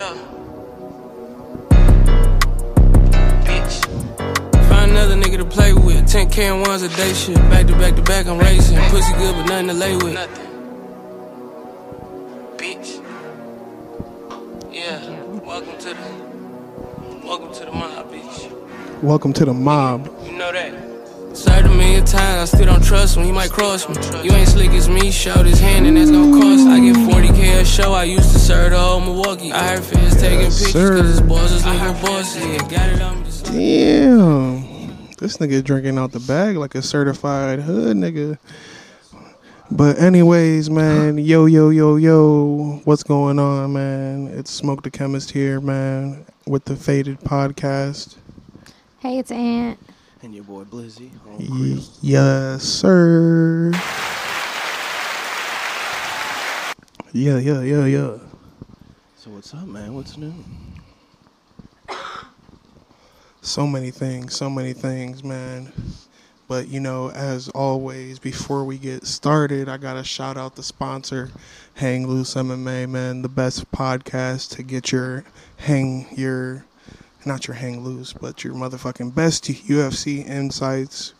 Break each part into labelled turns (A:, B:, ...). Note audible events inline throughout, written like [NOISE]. A: Yeah. Bitch. Find another nigga to play with. 10K and ones a day shit. Back to back to back, I'm racing. Pussy good, but nothing to lay with. Nothing. Bitch. Yeah. Welcome to the. Welcome to the mob, bitch.
B: Welcome to the mob.
A: You know that. Served a million times, I still don't trust him. He might cross me. You ain't slick as me, showed his hand, and that's gonna cost. I get 40k a show. I used to serve the whole Milwaukee. I heard fans taking pictures,
B: sir.
A: cause his boys was nigga bosses. Yeah, got it on me. just-
B: Damn. This nigga drinking out the bag like a certified hood nigga. But anyways, man, yo yo yo yo, what's going on, man? It's Smoke the Chemist here, man, with the Faded Podcast.
C: Hey, it's Aunt.
D: And your boy Blizzy. on
B: Y- yes, sir. Yeah, yeah, yeah, yeah.
D: So what's up, man? What's new?
B: so many things, so many things, man. But you know, as always, before we get started, I gotta shout out the sponsor, Hang Loose MMA, man, the best podcast to get your hang your not your hang loose, but your motherfucking best UFC insights,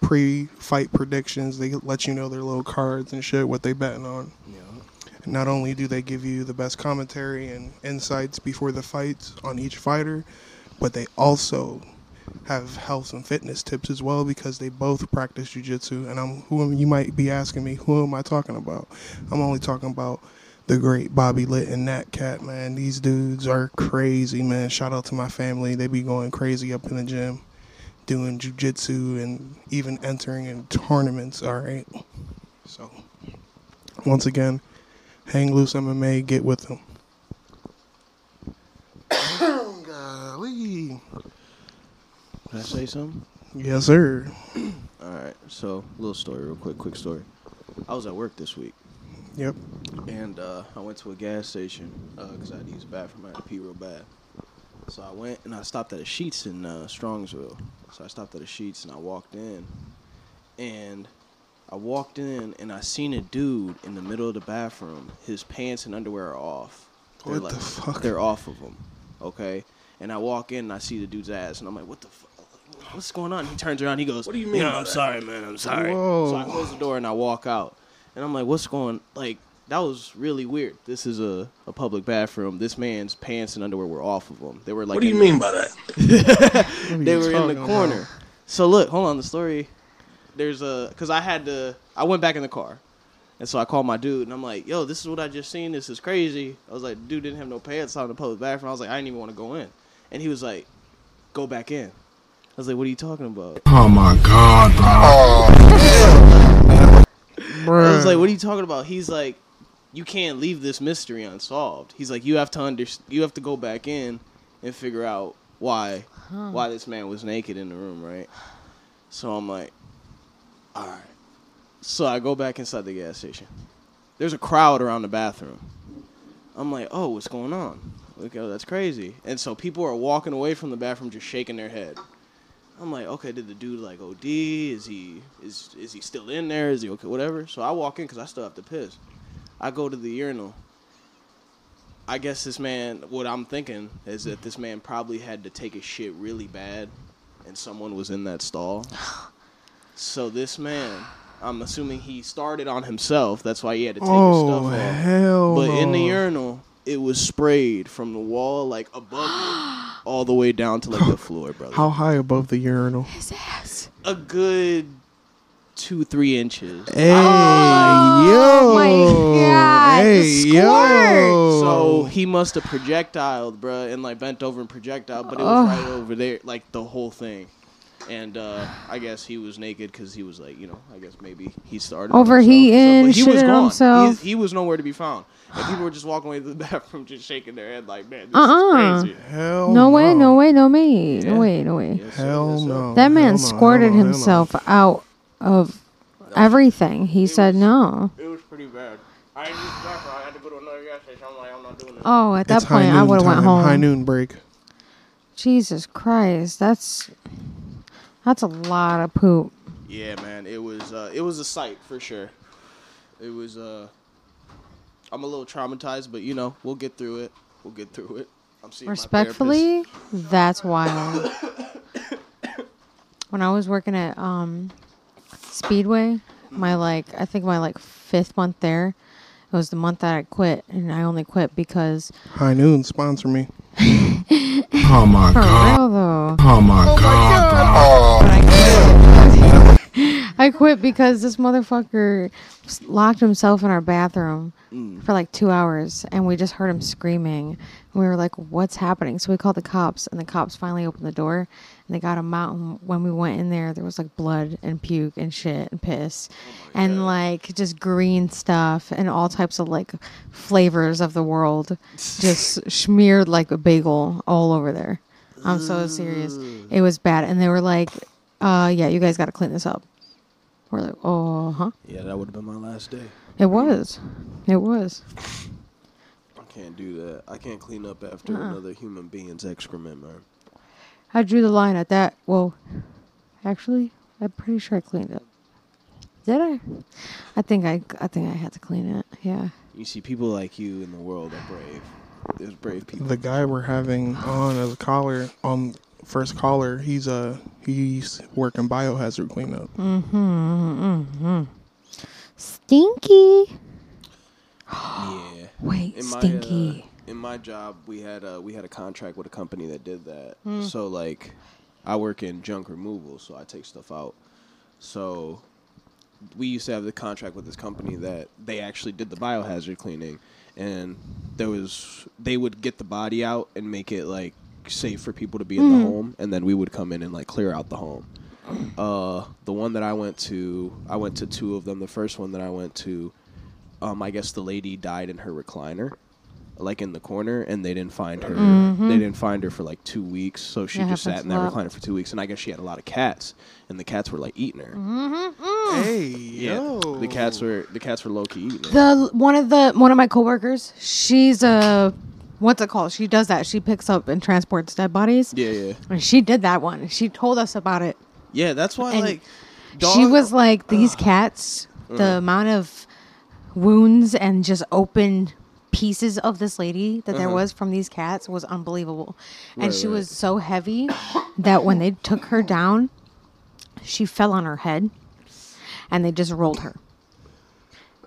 B: pre-fight predictions. They let you know their little cards and shit, what they betting on.
D: Yeah.
B: Not only do they give you the best commentary and insights before the fights on each fighter, but they also have health and fitness tips as well because they both practice jujitsu. And I'm who am, you might be asking me, who am I talking about? I'm only talking about the great Bobby Litt and Nat Cat, man. These dudes are crazy, man. Shout out to my family. They be going crazy up in the gym, doing jujitsu and even entering in tournaments. All right. So, once again, Hang loose MMA, get with them. [COUGHS] Golly.
D: Can I say something?
B: Yes, sir.
D: All right. So, little story, real quick, quick story. I was at work this week,
B: Yep.
D: and uh, I went to a gas station because I had to use the bathroom. I had to pee real bad. So I went and I stopped at a Sheets in uh, Strongsville. So I stopped at a Sheets and I walked in, and I walked in and I seen a dude in the middle of the bathroom. His pants and underwear are off.
B: What the fuck?
D: They're off of him. Okay. And I walk in and I see the dude's ass and I'm like, what the fuck? What's going on? He turns around. He goes, What do you mean? I'm sorry, man. I'm sorry.
B: Whoa.
D: So I close the door and I walk out. And I'm like, What's going? Like that was really weird. This is a, a public bathroom. This man's pants and underwear were off of him. They were like, What do you mean by that? [LAUGHS] they
B: you
D: were in
B: talking
D: the
B: about?
D: corner. So look, hold on. The story there's a because I had to I went back in the car, and so I called my dude and I'm like, "Yo, this is what I just seen. This is crazy." I was like, "Dude didn't have no pants on in the public bathroom." I was like, "I didn't even want to go in," and he was like, "Go back in." I was like, "What are you talking about?" I
E: Oh
B: Bruh.
D: was like, "What are you talking about?" He's like, "You can't leave this mystery unsolved." He's like, "You have to under you have to go back in and figure out why why this man was naked in the room, right?" So I'm like, "All right." So I go back inside the gas station. There's a crowd around the bathroom. I'm like, oh, what's going on? Look, oh, that's crazy. And so people are walking away from the bathroom, just shaking their head. I'm like, okay, did the dude like OD? Is he is is he still in there? Is he okay? Whatever. So I walk in because I still have to piss. I go to the urinal. I guess this man. What I'm thinking is that this man probably had to take a shit really bad, and someone was in that
B: [SIGHS]
D: stall. So this man, I'm assuming he started on himself. That's why he had to take
B: oh,
D: his stuff off.
B: hell.
D: But in the
B: no.
D: urinal, it was sprayed from the wall, like above
B: [GASPS]
D: me, all the way down to like the floor, brother.
B: How high above the urinal?
C: His ass.
D: A good two, three inches.
B: Hey,
C: Oh,
B: yo.
C: my God, the
B: Hey,
C: squirt.
B: yo.
D: So he must have projectiled, bruh, and like bent over and projectile, but it was right over there, like the whole thing. And uh, I guess he was naked because he was like, you know, I guess maybe he started on
C: Overheating,
D: himself. So- but
C: shitting
D: gone.
C: himself.
D: He, he was nowhere to be found, and people were just walking away to the [LAUGHS] bathroom, just shaking their head, like, man, this
C: Uh-uh.
D: is crazy.
B: hell
C: No way, no way, no me.
D: Yeah.
C: No way, no way.
D: Yes, sir,
B: Hell
D: yes, sir.
B: no.
C: That man
B: Hell no,
C: squirted
B: hell no, hell no.
C: himself out of everything. He said no.
D: It was pretty bad. I didn't use the bathroom. I had to go to another gas station. I'm like, I'm not doing this.
C: Oh, at that
B: It's high
C: point, I
B: noon
C: would have went
B: time,
C: home.
B: High noon break.
C: Jesus Christ, that's that's a lot of poop.
D: Yeah, man, it was uh, it was a sight for sure. It was. Uh, I'm a little traumatized, but you know we'll get through it. We'll get through it. I'm seeing my
C: Respectfully, that's wild. when I was working at um, Speedway, my like I think my like fifth month there, it was the month that I quit, and I only quit because
B: High Noon sponsor me.
F: Oh my
C: for
F: god.
C: real though,
F: Oh my god.
C: but I quit. [LAUGHS] I quit because this motherfucker s- locked himself in our bathroom for like two hours, and we just heard him screaming. And we were like, "What's happening?" So we called the cops, and the cops finally opened the door, and they got him out. And when we went in there, there was like blood and puke and shit and piss, and like just green stuff and all types of like flavors of the world, just smeared like a bagel all over there. I'm so serious. It was bad, and they were like, "Uh, yeah, you guys got to clean this up." We're like, "Oh, huh."
D: Yeah, that would have been my last day.
C: It was. It was.
D: I can't do that. I can't clean up after another human being's excrement, man.
C: I drew the line at that. Well, actually, I'm pretty sure I cleaned it. Did I? I think I. I think I had to clean it. Yeah.
D: You see, people like you in the world are brave. There's brave people.
B: The guy we're having on as a caller on first caller, he's uh he's working biohazard cleanup.
C: Mm-hmm, Stinky.
D: yeah.
C: Wait,
D: In my
C: stinky.
D: uh, in my job, we had a we had a contract with a company that did that.
C: Hmm.
D: So like, I work in junk removal, so I take stuff out. So we used to have the contract with this company that they actually did the biohazard cleaning, and there was they would get the body out and make it like safe for people to be
C: Hmm.
D: in the home, and then we would come in and like clear out the home. Uh, the one that I went to, I went to two of them. The first one that I went to, um, I guess the lady died in her recliner, like in the corner, and they didn't find her.
C: Mm-hmm.
D: They didn't find her for like two weeks, so she
C: That
D: just sat
C: happens
D: in
C: a lot.
D: that recliner for two weeks. And I guess she had a lot of cats, and the cats were like eating her.
C: Mm-hmm.
B: Hey,
D: Yeah,
B: yo.
D: the cats were the cats were low key eating. her.
C: Mm. the one of the one of my coworkers. She's a. What's it called? She does that. She picks up and transports dead bodies.
D: Yeah, yeah,
C: And she did that one. She told us about it.
D: yeah. That's why
C: And
D: like
C: she
D: dog-
C: was like these cats the amount of wounds and just open pieces of this lady that there was from these cats was unbelievable and she
D: Uh-huh. right.
C: was so heavy that when they took her down she fell on her head and they just rolled her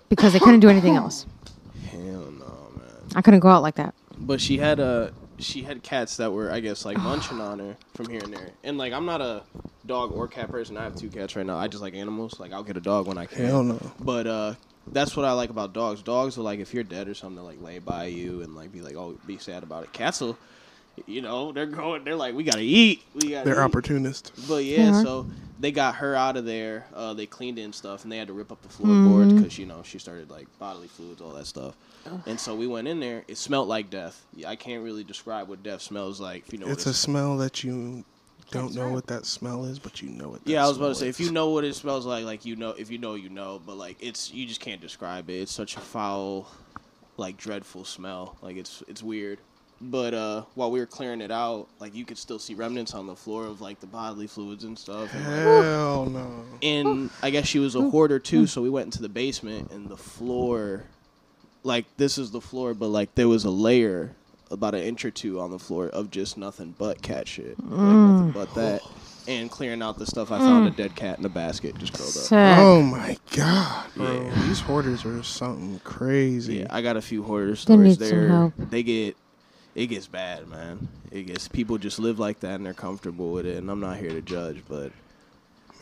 C: because they couldn't do anything else
D: [LAUGHS] hell no, man.
C: i couldn't go out like that
D: But she had a she had cats that were
C: [SIGHS]
D: I guess like munching on her from here and there. And like I'm not a dog or cat person. I have two cats right now. I just like animals. Like I'll get a dog when I can.
B: Hell no.
D: But uh, that's what I like about dogs. Dogs will like if you're dead or something, they'll, like lay by you and like be like, oh, be sad about it. Cats will, you know, they're going. They're like, we gotta eat. We gotta.
B: They're
D: eat.
B: opportunists.
D: But yeah,
C: Yeah.
D: so they got her out of there. Uh, they cleaned it and stuff, and they had to rip up the floorboard because you know she started like bodily fluids, all that stuff. And so we went in there. It smelled like death. Yeah, I can't really describe what death smells like. If you know, what
B: It's a
D: it's-
B: smell that you don't know what that smell is, but you know it.
D: yeah, I was about to say if you know what it smells like, like you know, if you know, you know. But like it's you just can't describe it. It's such a foul, like dreadful smell. Like it's it's weird. But uh, while we were clearing it out, like you could still see remnants on the floor of like the bodily fluids and stuff. [LAUGHS] And, like,
B: Hell no.
D: and I guess she was a hoarder too. So we went into the basement, and the floor, like this is the floor, but like there was a layer about an inch or two on the floor of just nothing but cat shit, like, nothing but
B: [SIGHS]
D: that. And clearing out the stuff, I found a dead cat in a basket just curled up.
C: Sick.
B: Oh my god, bro. These hoarders are something crazy.
D: Yeah, I got a few hoarder
C: They
D: stories
C: need some
D: there.
C: help.
D: They get it gets bad, man. It gets people just live like that and they're comfortable with it. And I'm not here to judge, but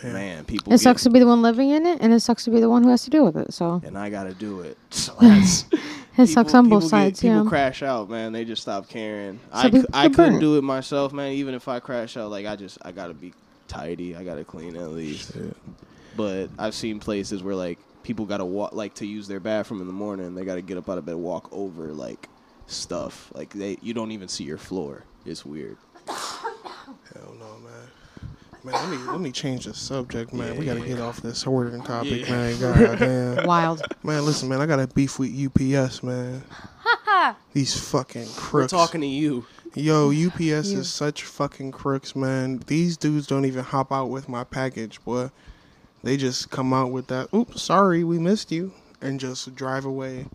D: man, people.
C: it
D: get-
C: sucks to be the one living in it and it sucks to be the one who has to deal with it so
D: and I gotta do it. [LAUGHS] So that's-
C: [LAUGHS] it sucks on both
D: people
C: sides
D: Get, people
C: yeah
D: crash out, man. They just stop caring. I,
C: Some
D: cou-
C: people
D: I
C: get
D: couldn't
C: burnt.
D: do it myself, man. Even if I crash out, like I just I gotta be tidy. I gotta clean at least. But I've seen places where like people gotta walk like to use their bathroom in the morning. They gotta get up out of bed, walk over like stuff. Like they you don't even see your floor. It's weird.
B: Hell no, man. Man, let me let me change the subject, man.
C: [LAUGHS]
B: we gotta get off this hoarding
D: [LAUGHS]
B: topic, man. God damn.
C: wild
B: Man, listen, man. I got a beef with UPS, man. These fucking crooks.
D: We're talking to you.
B: Yo, UPS is such fucking crooks, man. These dudes don't even hop out with my package, boy. They just come out with that, oops, sorry, we missed you, and just drive away.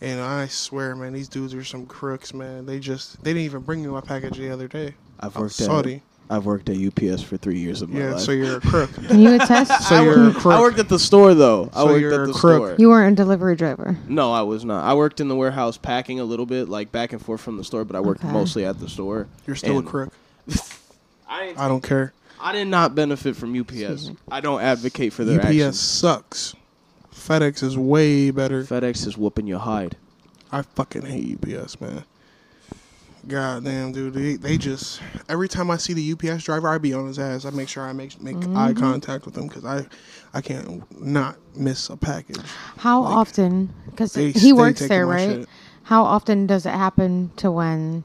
B: And I swear, man, these dudes are some crooks, man. They just they didn't even bring me my package the other day.
D: I've
B: I'm
D: worked
B: Saudi.
D: at I've worked at UPS for three years of my
B: Yeah,
D: life. [LAUGHS]
B: so you're a crook.
C: Can you attest?
B: So you're a crook.
D: I worked at the store though. I
B: So
D: worked
B: you're
D: at
B: a
D: the
B: crook.
D: store.
C: you weren't a delivery driver.
D: No, I was not. I worked in the warehouse packing a little bit, like back and forth from the store, but I worked
C: Okay.
D: mostly at the store.
B: You're still a
D: And
B: crook.
D: I, didn't-
B: I don't care.
D: I did not benefit from UPS. I don't advocate for their
B: UPS
D: actions.
B: sucks. FedEx is way better.
D: FedEx is whooping your hide.
B: I fucking hate UPS, man. God damn, dude. They, they just every time I see the UPS driver, I be on his ass. I make sure I make make
C: Mm-hmm.
B: eye contact with him because I I can't not miss a package.
C: How often? Because
B: they-
C: he
B: they
C: works
B: take
C: there,
B: my
C: right?
B: shit.
C: How often does it happen to when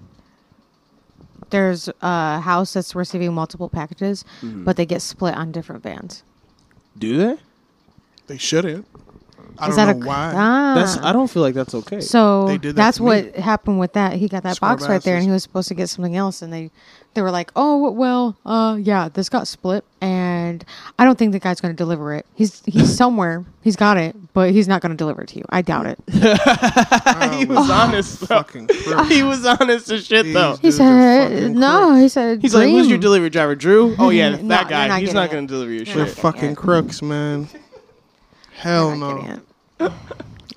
C: there's a house that's receiving multiple packages,
B: Mm-hmm.
C: but they get split on different vans?
D: Do they?
B: They shouldn't. I
C: Is
B: don't
C: that
B: know
C: a
B: why.
C: Ah.
D: That's. I don't feel like that's okay.
C: So
B: They did that
C: that's
B: to
C: what
B: me.
C: happened with that. He got that
B: Smart
C: box right there, and
B: asses.
C: he was supposed to get something else, and they they were like, "Oh well, uh, yeah, this got split, and I don't think the guy's going to deliver it. He's
B: [LAUGHS]
C: he's somewhere. He's got it, but he's not going to deliver it to you. I doubt it."
D: [LAUGHS] he was honest. Though.
B: Fucking crook.
D: [LAUGHS] He was honest as shit though.
B: These
C: He
B: dudes are
C: said,
B: fucking
C: "No,"
B: crooks.
C: he said,
D: He's like, who's your
C: "Dream."
D: delivery driver,
C: [LAUGHS]
D: Drew? Oh yeah,
C: No,
D: that
C: you're
D: guy.
C: not
D: He's
C: getting
D: not
C: it.
D: gonna deliver your
B: They're
D: shit.
B: fucking crooks, man. Hell
C: Not
B: no.
C: getting it.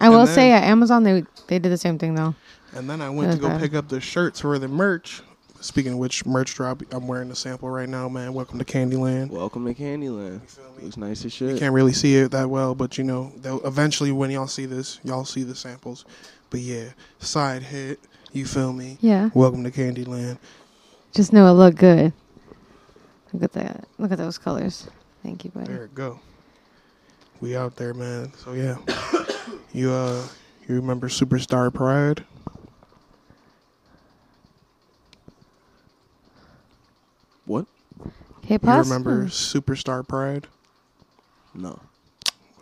C: I will
B: then-
C: say at Amazon they they did the same thing though.
B: And then I went
C: That's
B: to go
C: bad.
B: pick up the shirts for the merch. Speaking of which, merch drop. I'm wearing the sample right now, man. Welcome to Candyland.
D: Welcome to Candyland. Looks nice as shit.
B: Can't really see it that well, but you know, they'll, eventually when y'all see this, y'all see the samples. But yeah, side hit. You feel me?
C: Yeah.
B: Welcome to Candyland.
C: Just know it looked good. Look at that. Look at those colors. Thank you, buddy.
B: There it go. We out there, man. So yeah, [COUGHS] you uh, you remember Superstar Pride?
D: What?
C: Hip
B: You
C: hop.
B: remember Superstar Pride?
D: No.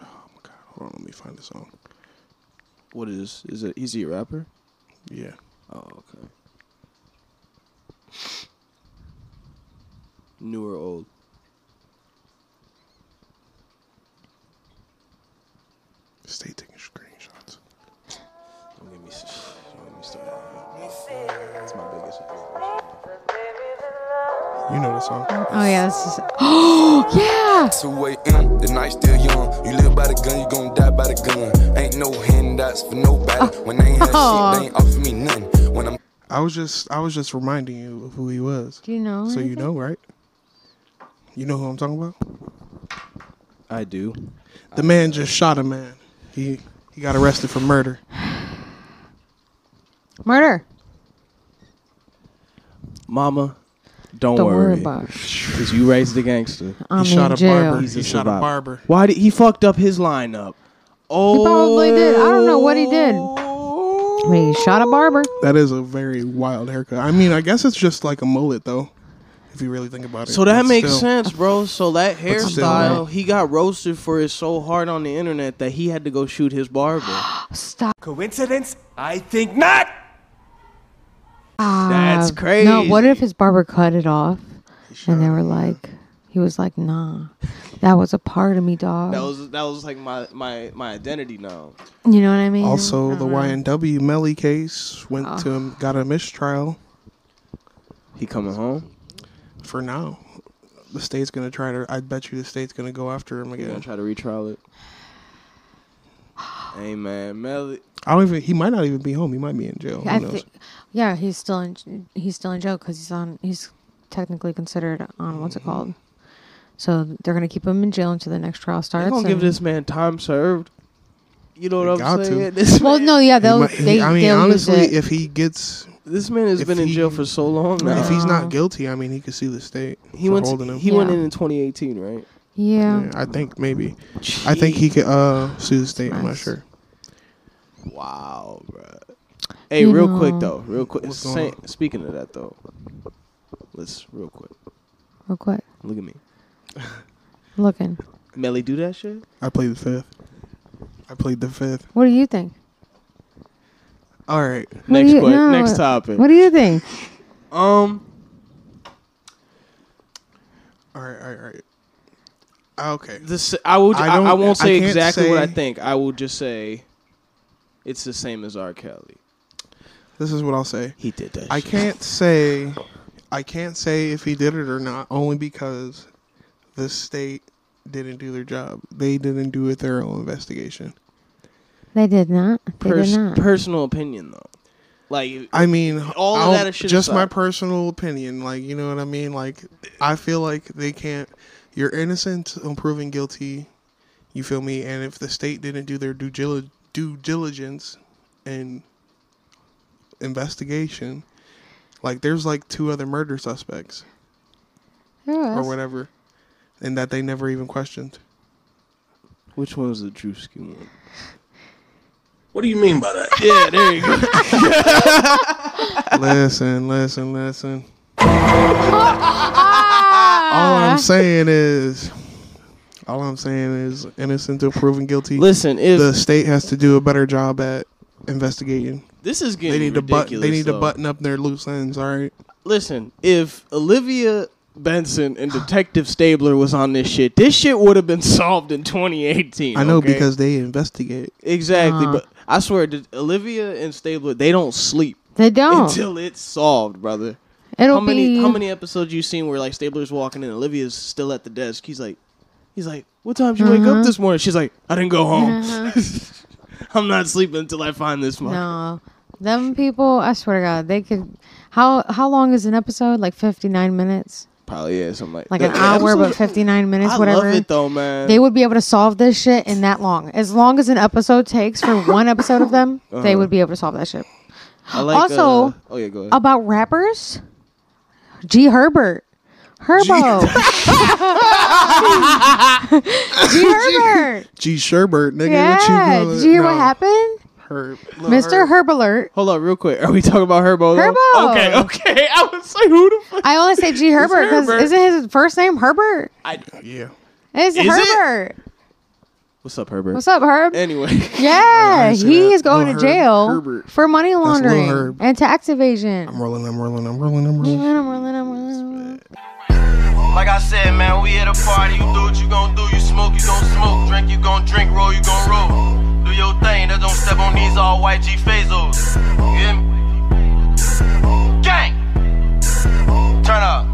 B: Oh my god, hold on, let me find the song.
D: What is? Is it? Is he a rapper?
B: Yeah.
D: Oh, okay. New or old?
B: Stay taking screenshots.
D: Don't get me. s- Don't get me started. That's my biggest. uh,
B: You know the song.
C: Oh yeah, this is. [GASPS] Oh yeah.
G: 2 a.m. The night's still young. You live by the gun, you gon' die by the gun. Ain't no handouts for
C: Oh.
G: nobody. When they ain't have shit, they ain't offer me nothing. When I'm
B: I was just I was just reminding you of who he was.
C: Do you know?
B: So you
C: anything?
B: know, right? You know who I'm talking about?
D: I do.
B: The man just shot a man. He he got arrested for murder.
C: murder.
D: Mama, don't,
C: Don't
D: worry.
C: worry about it.
D: Cause you raised the gangster.
B: He
C: I'm
B: shot
C: in
B: a
C: jail.
B: barber.
D: He's
B: He
D: a
B: shot a
D: survivor.
B: barber.
D: Why did he fucked up his lineup? Oh,
C: probably did. I don't know what he did. But he shot a barber.
B: That is a very wild haircut. I mean, I guess it's just like a mullet though, if you really think about it.
D: So that
B: But
D: makes
B: still,
D: sense, bro. So that
B: still,
D: hairstyle,
B: man.
D: he got roasted for it so hard on the internet that he had to go shoot his
C: [SIGHS]
D: barber.
C: Stop.
H: Coincidence? I think not!
D: That's crazy.
C: Uh, No, what if his barber cut it off, and they were like, he was like, nah, that was a part of me, dog.
D: That was that was like my my my identity now.
C: you know what I mean?
B: Also,
C: I
B: the
C: don't know.
B: YNW Melly case went
C: Ah.
B: to got a mistrial.
D: He coming home.
B: For now, the state's gonna try to. I bet you the state's gonna go after him
D: You
B: again.
D: gonna try to retrial it? Hey man, Melly.
B: I don't even. He might not even be home. He might be in jail.
D: Oh,
B: Who
C: I
B: knows?
C: thi- yeah, he's still in he's still in jail because he's on he's technically considered on what's it called. So they're gonna keep him in jail until the next trial starts.
D: They gonna give
C: and-
D: this man time served. You know what
B: They
D: I'm
B: got
D: saying? [LAUGHS]
B: to.
D: This
C: Well,
D: man-
C: no, yeah, they'll.
B: He might-
C: they,
B: he- I mean,
C: they'll
B: honestly,
C: use it.
B: if he gets,
D: this man has
B: if
D: been in
B: he-
D: jail for so long now.
B: if he's not guilty, I mean, he could see the state
D: he
B: for
D: went
B: holding him.
D: he went
C: Yeah.
D: in in 2018, right?
C: yeah.
B: Yeah, I think maybe. I think he could uh, sue the state. I'm not
C: Nice.
B: sure.
D: Wow, bro. Oh, Hey,
C: You
D: real quick
C: know.
D: though, real quick.
B: What's going
D: Say- speaking of that though, let's real quick.
C: real quick,
D: Look at me,
C: looking.
D: Melly. Do that shit.
B: I played the fifth. I played the fifth.
C: What do you think?
B: All right.
C: What do
D: next
C: you-
D: que-
C: no,
D: next topic.
C: What do you think?
D: um,
B: All right. All right. All right. Okay.
D: this I will. I,
B: I don't-
D: I, won't
B: I
D: say
B: can't
D: exactly what I
B: say-
D: think. I will just say It's the same as R. Kelly.
B: This is what I'll say.
D: He did that.
B: I
D: shit.
B: can't say I can't say if he did it or not, only because the state didn't do their job. They didn't do a thorough investigation.
C: They did not. They
D: Pers-
C: did not.
D: personal opinion though. Like
B: I mean,
D: All of
B: I'll-
D: that is shit
B: just my
D: aside.
B: personal opinion. Like, you know what I mean? Like, I feel like they can't. You're innocent on proven guilty. You feel me? And if the state didn't do their due, gil- due diligence and investigation, like, there's like two other murder suspects
C: There
B: or
C: was.
B: whatever, and that they never even questioned.
D: which one was the Drewski one?
E: What do you mean by that?
D: [LAUGHS] Yeah, there you
B: [LAUGHS]
D: go.
B: listen, listen, listen. all I'm saying is, all I'm saying is, innocent until proven guilty.
D: Listen, if
B: the state has to do a better job at investigating.
D: this is getting
B: They need to
D: ridiculous,
B: button. They need
D: though.
B: to button up their loose ends. All right.
D: Listen, if Olivia Benson and Detective Stabler was on this shit, this shit would have been [LAUGHS] solved in 2018.
B: I know
D: okay?
B: because they investigate.
D: exactly,
C: Uh.
D: but I swear, that Olivia and Stabler they don't sleep
C: They don't.
D: until it's solved, brother.
C: It'll
D: how many
C: be.
D: how many episodes you seen where like Stabler's walking and Olivia's still at the desk? He's like, he's like, what time did you
C: Mm-hmm.
D: wake up this morning? She's like, I didn't go home.
C: [LAUGHS]
D: I'm not sleeping until I find this one.
C: No, them people. I swear to God, they could. How how long is an episode? Like fifty nine minutes,
D: Probably yeah, something like
C: like
D: The-
C: an
D: the
C: hour, but
D: episode-
C: fifty nine minutes,
D: I
C: whatever.
D: love it though, man.
C: They would be able to solve this shit in that long. As long as an episode takes
D: [LAUGHS]
C: for one episode of them, they would be able to solve that shit.
D: Uh-huh. I like,
C: also,
D: uh, oh yeah, go ahead.
C: About rappers, G Herbert. Herbo. [LAUGHS] G Herbert.
B: Gee, Sherbert, nigga, what you
C: Yeah.
B: doing?
C: Did you hear what
B: No,
C: happened?
B: Herb. Lil
C: Mr.
B: Herb.
C: Herb Alert.
D: Hold on, real quick. Are we talking about Herbo? though?
C: Herbo!
D: Okay, okay. I was like, who the fuck?
C: I only say G Herbert because
D: Herbert.
C: isn't his first name Herbert?
B: Yeah.
C: It's
D: Is it?
C: Herbert.
D: What's up, Herbert?
C: W's up, Herb? [LAUGHS]
D: Anyway,
C: yeah,
B: say
C: he
B: that.
C: is going to
B: Lil Herb.
C: jail
B: Herbert.
C: for money
B: Lil
C: laundering
B: Herb.
C: and tax evasion.
B: I'm rolling. I'm rolling. I'm rolling. I'm rolling.
C: Rolling, rolling, rolling, rolling.
I: Like I said, man, we at a party. You do what you gon' do. You smoke, you gon' smoke. Drink, you gon' drink. Roll, you gon' roll. Do your thing. That don't step on these all white G Fazos. You hear me? Gang! Turn up.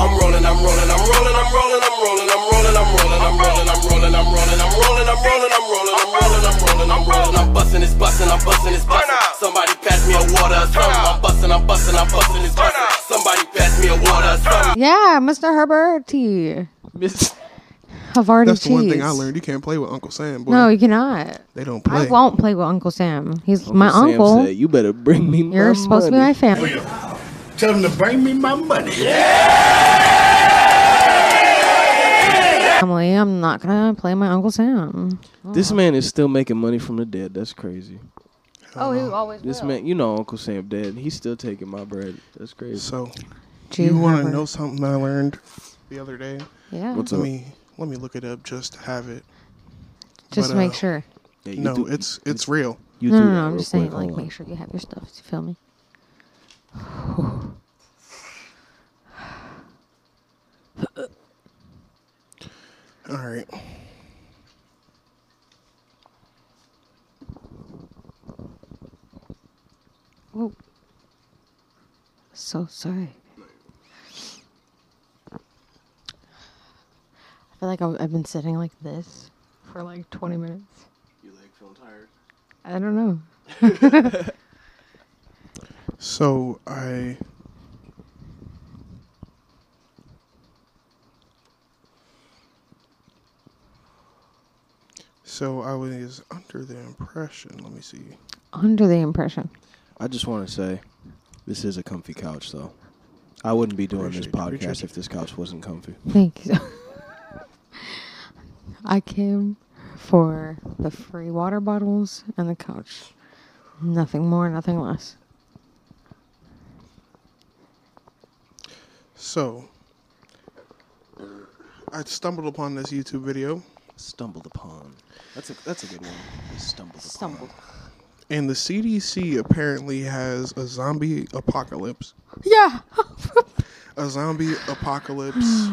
G: I'm rolling, I'm rolling, I'm rolling, I'm rolling, I'm rolling, I'm rolling, I'm rolling, I'm rolling, I'm rolling, I'm rolling, I'm rolling, I'm rolling, I'm rolling, I'm rolling, I'm rolling, I'm rolling, I'm busting, it's busting, I'm busting, it's busting. Somebody pass me a water, or something. I'm busting, I'm busting, I'm busting, it's busting. Somebody pass me a water, or something.
C: Yeah, Mr. Herbert T.
D: Miss-
C: Havarti
B: That's
C: cheese.
B: the one thing I learned. You can't play with Uncle Sam, boy.
C: No, you cannot.
B: they don't play.
C: I won't play with Uncle Sam. He's my
D: Sam
C: uncle.
D: said, you better bring me. my
C: You're supposed to be my
D: money."
C: family.
F: Tell them to bring me my money.
C: family. I'm not gonna play my Uncle Sam.
D: This man is still making money from the dead. That's crazy.
C: Oh, he always
D: This man, you know, Uncle Sam dead. He's still taking my bread. That's crazy.
B: So,
C: G
B: you want to
C: Herbert.
B: know something I learned the other day?
C: Yeah.
D: What's
B: Let
D: up?
B: me let me look it up just to have it.
C: just
B: but,
C: make
B: uh,
C: sure.
D: Yeah, you
B: No,
D: do-
B: it's it's real.
D: you
C: No,
D: do
C: no,
D: that
C: no. I'm
D: real
C: just saying,
D: quick.
C: like,
D: Hold on.
C: make sure you have your stuff. You feel me?
B: All right.
C: So sorry. I feel like I've I've been sitting like this for like 20 minutes. You like feeling tired? I don't know. [LAUGHS]
B: So I So I was under the impression, let me see.
C: Under the impression.
D: I just want to say, this is a comfy couch, though. I wouldn't be doing this
B: Appreciate it,
D: podcast
B: appreciate
D: if this couch wasn't comfy.
C: Thank you. [LAUGHS] I came for the free water bottles and the couch. Nothing more, nothing less.
B: So I stumbled upon this YouTube video
D: Stumbled upon. That's a that's a good one. Stumbled upon.
C: Stumbled.
B: and the CDC apparently has a zombie apocalypse.
C: Yeah.
B: a zombie apocalypse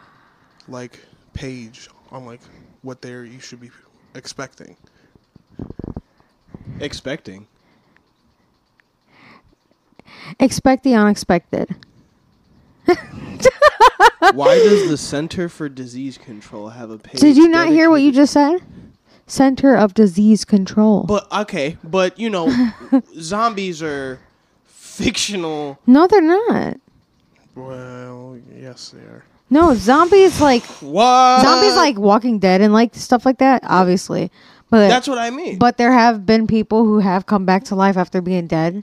C: [SIGHS]
B: like page on like what there you should be expecting.
D: Expecting.
C: Expect the unexpected.
D: Why
C: [LAUGHS]
D: does the Center for Disease Control have a page?
C: Did you not hear what you just said? Center of Disease Control.
D: But okay, but
C: [LAUGHS]
D: you know, zombies are fictional.
C: no, they're not.
B: Well, yes, they are.
C: No, zombies like
D: [LAUGHS] What?
C: zombies like Walking Dead and like stuff like that, obviously. But
D: That's what I mean.
C: But there have been people who have come back to life after being dead,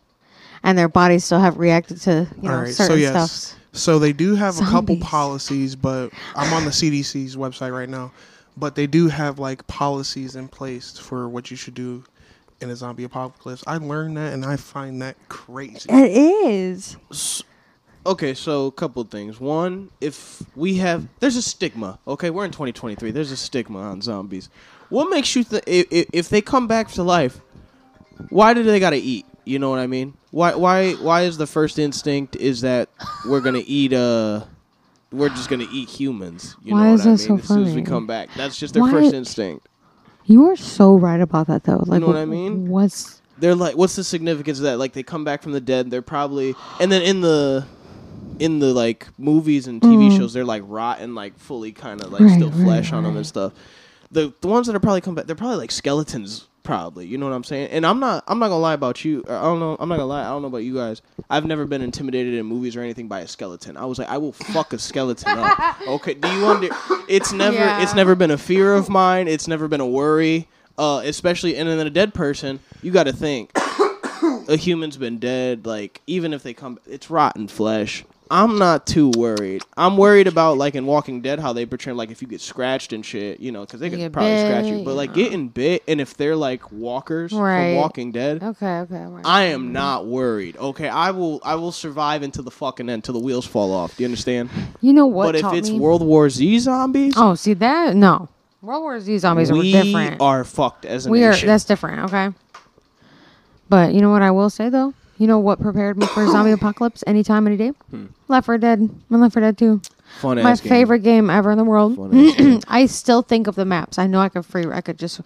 C: and their bodies still have reacted to you know
B: All right,
C: certain
B: so yes,
C: stuff.
B: so they do have a couple
C: Zombies.
B: policies, but I'm on the CDC's website right now. But they do have like policies in place for what you should do in a zombie apocalypse. I learned that, and I find that crazy.
C: It is.
D: okay, so a couple things. One, if we have there's a stigma. Okay, we're in 2023. There's a stigma on zombies. What makes you think if, if they come back to life? Why do they gotta eat? You know what I mean? Why why why is the first instinct is that we're gonna eat uh we're just gonna eat humans? You
C: Why
D: know
C: is
D: what I
C: that
D: mean?
C: so
D: as soon as we
C: funny?
D: come back, that's just their
C: Why-
D: first instinct.
C: You are so right about that, though. Like,
D: know what I mean?
C: What's
D: they're like what's the significance of that like they come back from the dead they're probably and then in the in the like movies and tv shows they're like rotten like fully kind of like
C: Mm. Right,
D: still
C: right,
D: flesh on them and stuff the the ones that are probably come back they're probably like skeletons probably you know what i'm saying and i'm not i'm not gonna lie about you i don't know i'm not gonna lie i don't know about you guys i've never been intimidated in movies or anything by a skeleton i was like i will fuck a skeleton
C: [LAUGHS]
D: up okay do you under
C: [COUGHS]
D: it's never
C: Yeah.
D: it's never been a fear of mine it's never been a worry uh especially and then a dead person you gotta think [COUGHS] a human's been dead, like even if they come, it's rotten flesh. I'm not too worried. I'm worried about like in Walking Dead how they portray like if you get scratched and shit, you know, because they
C: You
D: could
C: get
D: probably
C: bit,
D: scratch you. But
C: you
D: like
C: know.
D: getting bit, and if they're like walkers
C: Right.
D: from Walking Dead,
C: okay? Okay, right.
D: I am not worried. Okay, I will I will survive until the fucking end, till the wheels fall off. Do you understand?
C: you know what?
D: but if
C: taught
D: it's
C: me?
D: World War Z zombies,
C: oh, see that no, World War Z zombies
D: we
C: were different.
D: are fucked as a
C: we are
D: nation.
C: that's different, okay. But you know what I will say though. You know what prepared me
D: [COUGHS]
C: for a zombie apocalypse any time, any day? Left 4 Dead. And Left 4 Dead 2.
D: Hmm. Fun
C: my
D: ass game.
C: favorite game ever in the world.
D: Fun ass game.
C: [CLEARS THROAT] I still think of the maps. I know I could free. I could just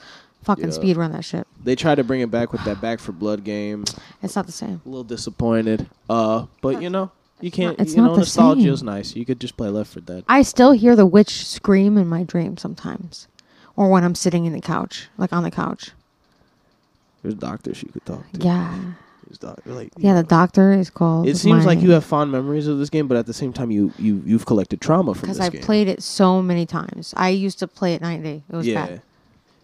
C: fucking speed run that shit.
D: They tried to bring it back with that Back for Blood game.
C: It's not the same.
D: a little disappointed. Uh, but you know, you can't.
C: not- it's
D: you
C: not
D: know,
C: the
D: nostalgia
C: same.
D: is nice. You could just play Left for Dead.
C: I still hear the witch scream in my dream sometimes, or when I'm sitting in the couch, like on the couch.
D: There's doctors you could talk to.
C: Yeah,
D: There's doc- like,
C: yeah. The doctor is called.
D: It seems like you
C: mine
D: have fond memories of this game, but at the same time, you you you've collected trauma from this
C: because I
D: game.
C: played it so many times. I used to play it night and day. It was
D: yeah.
C: bad.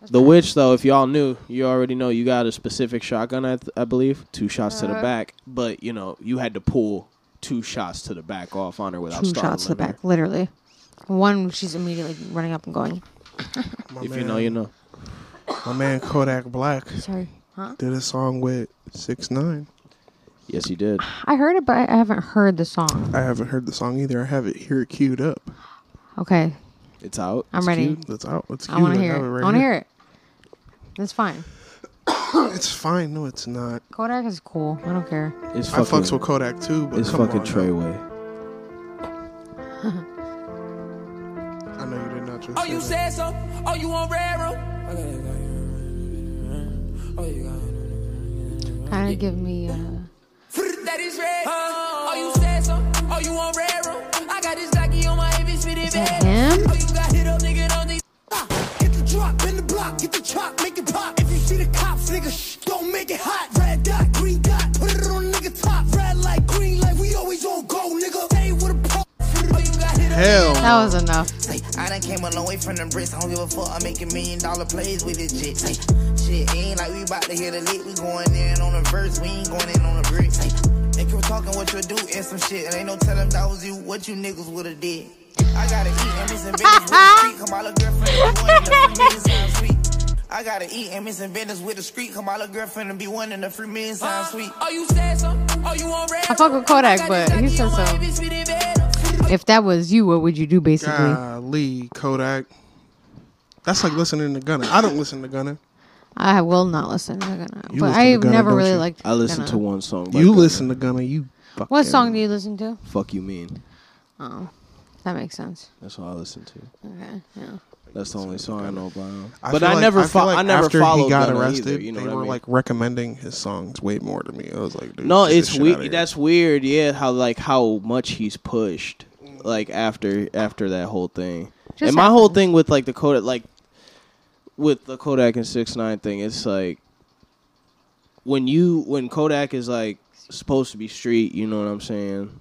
D: The witch, though, if y'all knew, you already know you got a specific shotgun, I, th- I believe, two shots to
C: Uh-huh.
D: the back. But you know, you had to pull two shots to the back off on her without
C: Two
D: startling
C: shots to the
D: her.
C: back, literally. One, she's immediately running up and going.
B: My
D: If
B: man,
D: you know, you know.
B: my man Kodak Black
C: Sorry, huh?
B: did a song with Six Nine.
D: Yes, you did.
C: I heard it, but I I haven't heard the song.
B: I haven't heard the song either. I have it here queued up.
C: Okay,
D: It's out.
C: I'm
D: It's
C: ready.
D: cute.
B: That's out. Let's
C: I want to hear it. I want to hear it. That's fine.
B: [COUGHS] It's fine. No, it's not.
C: Kodak is cool. I don't care.
D: It's
B: I
D: fucking.
B: fucks with Kodak too, but
D: it's
B: come
D: fucking
B: on.
D: Treyway.
B: [LAUGHS] I know you did not just.
A: Oh, you
B: say that.
A: said so? Oh, you on red room? I got it, got it. Oh, you got it.
C: Kind of give me. Uh,
A: That is red. Oh, you said so? Oh, you on red room? I got this Glocky on my hip, it's spitting
C: that
A: bad.
C: him?
A: Oh, you got hit up, nigga, don't think.
F: Hit the drop in the block, hit the chop, make it pop. If you see the cops, nigga, shh, don't make it hot. Red dot, green dot, put it on nigga top. Red light, green light, we always on go, nigga. Stay with a pop.
A: Oh, you got hit up.
B: Hell,
C: That was enough.
J: Ay, I done came a long way from the bricks. I don't give a fuck. I'm making million dollar plays with this shit. Ay, Shit, it ain't like we about to hit a lick. We going in on the verse. We ain't going in on the bricks. Ay, They keep talking what you do and some shit. And ain't no telling that was you what you niggas would've did. I gotta eat
C: [LAUGHS]
J: and miss and business with the street. Come my little girlfriend and be one in the free million sound sweet. I gotta eat and miss and business with the street. Come my little girlfriend and be one in the free million sound sweet.
A: Oh, you said so? Oh, you on red
C: I fuck with Kodak, but he said so. If that was you, what would you do, basically?
B: golly, Kodak. That's like listening to Gunna. I don't listen to Gunna.
C: I will not listen. I'm gonna,
B: You
C: but
B: listen to
C: I've
B: Gunna,
C: never
B: don't
C: really
B: you?
C: liked.
D: I listened
C: Gunna.
D: to one song. by
B: You
D: Gunna.
B: listen to Gunna. You fucking.
C: What song do you listen to?
D: Fuck you mean.
C: Oh, That makes sense.
D: That's all I listen to.
C: Okay, yeah.
D: That's the only song I know about him.
B: I
D: but
B: feel
D: I
B: like-
D: never,
B: feel
D: fo-
B: like
D: I never
B: after
D: followed
B: he got
D: Gunna
B: arrested.
D: either, you know
B: they
D: what I
B: were
D: mean?
B: like recommending his songs way more to me. I was like, dude,
D: no,
B: get this
D: it's
B: shit outta
D: weird.
B: here.
D: That's weird. Yeah, how like how much he's pushed, like after after that whole thing.
C: Mm. Just
D: and my whole thing with like the Kodak, like with the Kodak and Six Nine thing, it's like when you when Kodak is like supposed to be street, you know what I'm saying?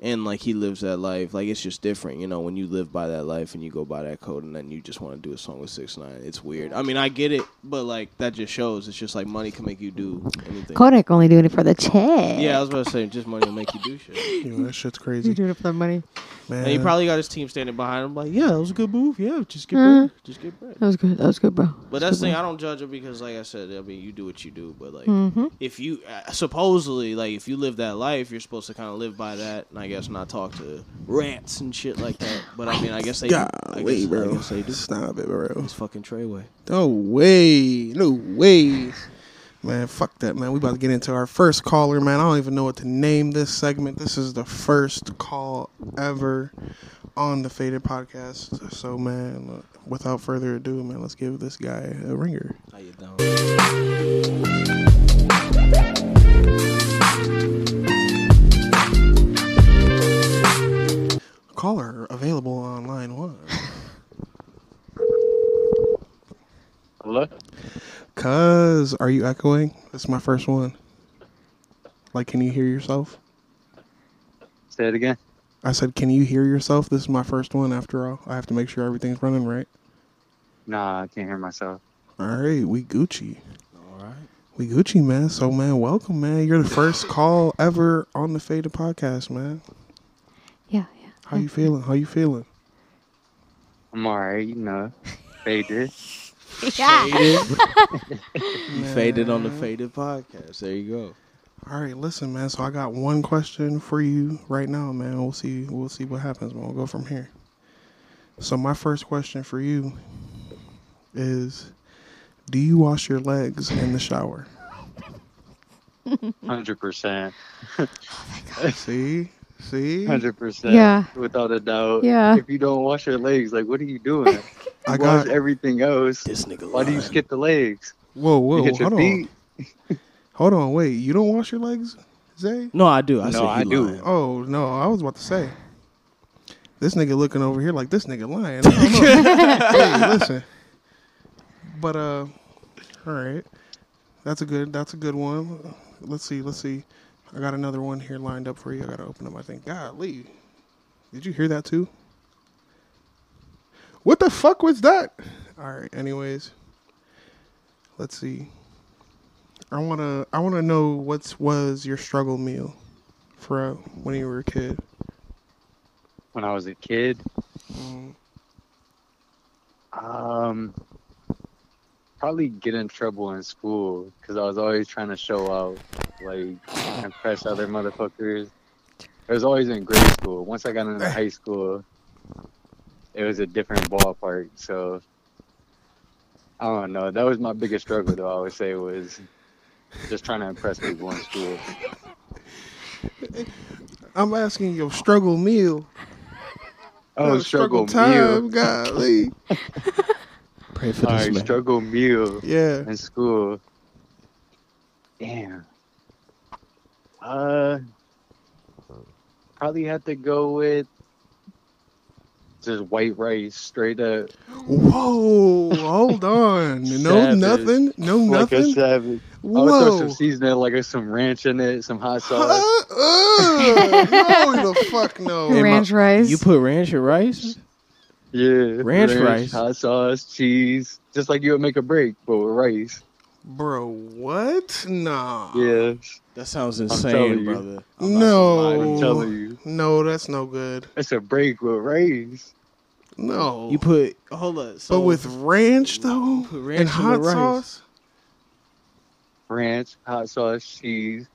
D: And like he lives that life, like it's just different, you know. When you live by that life and you go by that code, and then you just want to do a song with Six Nine, it's weird. [LAUGHS] I mean, I get it, but like that just shows it's just like money can make you do anything.
C: Kodak only doing it for the check.
D: Yeah, I was about to say, just money will make you do
B: [LAUGHS]
D: shit.
B: Yo, that shit's
C: He's
B: crazy,
C: doing it for the money.
B: man.
D: And he probably got his team standing behind him, like, yeah, that was a good move. Yeah, just get
C: Mm.
D: bread. Just get bread.
C: That was good. That was good, bro.
D: But that's the thing, I don't judge it because, like I said, I mean, you do what you do. But, like,
C: Mhm.
D: if you uh, supposedly, like, if you live that life, you're supposed to kind of live by that. And I guess not talk to rats and shit like that. But I mean, I guess they do. I
B: Golly,
D: guess,
B: bro.
D: I guess they do.
B: Stop it, bro.
D: It's fucking Treyway.
B: No way. No way. Man, fuck that, man. We about to get into our first caller, man. I don't even know what to name this segment. This is the first call ever on the Faded Podcast. So, man, without further ado, man, let's give this guy a ringer.
D: How you doing?
B: Caller available on line one.
K: Hello?
B: Cuz, are you echoing? That's my first one. Like, can you hear yourself?
K: Say it again.
B: I said, can you hear yourself? This is my first one after all. I have to make sure everything's running right.
K: Nah, I can't hear myself.
B: All right, we Gucci.
D: All right.
B: We Gucci, man. So, man, welcome, man. You're
C: [LAUGHS]
B: the first call ever on the Faded Podcast, man.
C: Yeah, yeah.
B: How you feeling? How you feeling?
K: I'm alright, you know.
B: [LAUGHS]
K: Faded.
D: You faded on the Faded podcast. There you go.
B: All right, listen, man. So I got one question for you right now, man. We'll see. We'll see what happens, man. We'll go from here. So my first question for you is: Do you wash your legs in the shower?
K: Hundred percent.
B: see? See?
K: Hundred percent.
C: Yeah.
K: Without a doubt.
C: Yeah.
K: If you don't wash your legs, like what are you doing?
B: [LAUGHS] I
K: You
B: got-
K: wash everything else.
D: This nigga
K: Why do you
D: lying.
K: skip the legs?
B: Whoa, whoa,
K: you get your
B: hold on,
K: feet.
B: [LAUGHS] hold on, wait. You don't wash your legs, Zay?
D: No, I do. I
K: No,
D: said he
K: I do.
D: lying.
B: Oh no, I was about to say. This nigga looking over here like this nigga lying. I don't know. hey, listen. But uh all right. That's a good that's a good one. Let's see, let's see. I got another one here lined up for you. I gotta open them, I think. Golly. Did you hear that too? What the fuck was that? Alright, anyways. Let's see. I wanna I wanna know what's was your struggle meal for uh, when you were a kid.
K: When I was a kid,
B: Mm-hmm.
K: um, probably get in trouble in school because I was always trying to show out, like impress other motherfuckers. It was always in grade school. Once I got into high school, it was a different ballpark. So I don't know. That was my biggest struggle, though. I would say was just trying to impress people in
B: [LAUGHS]
K: school.
B: I'm asking your struggle meal.
K: Oh,
B: Not a
K: struggle,
B: time,
K: meal. [LAUGHS]
B: golly.
D: Pray for
K: All
D: this
K: right,
D: man.
K: struggle meal.
B: Yeah.
K: in school. Damn. Uh, probably have to go with just white rice straight up.
B: Whoa, hold on. No
K: Savage.
B: nothing. No
K: Like a
B: nothing.
K: savage. I would throw
B: Whoa.
K: some seasoning, like there's some ranch in it, some hot sauce.
B: Huh?
K: [LAUGHS]
B: Uh, no, the fuck no.
C: Ranch rice.
D: You put ranch in rice?
K: Yeah.
D: Ranch rice.
K: Hot sauce, cheese. Just like you would make a break, but with rice.
B: Bro, what? Nah.
K: Yeah.
D: That sounds
K: telling
D: insane,
K: you.
D: brother. I'm not gonna lie to
B: No.
K: I'm telling you.
B: No, that's no good.
K: It's a break with rice.
B: No.
D: you. You put, hold up. So
B: but with ranch though?
D: Put ranch
B: and
D: in the
B: hot
D: rice.
B: sauce?
K: ranch, hot sauce, cheese.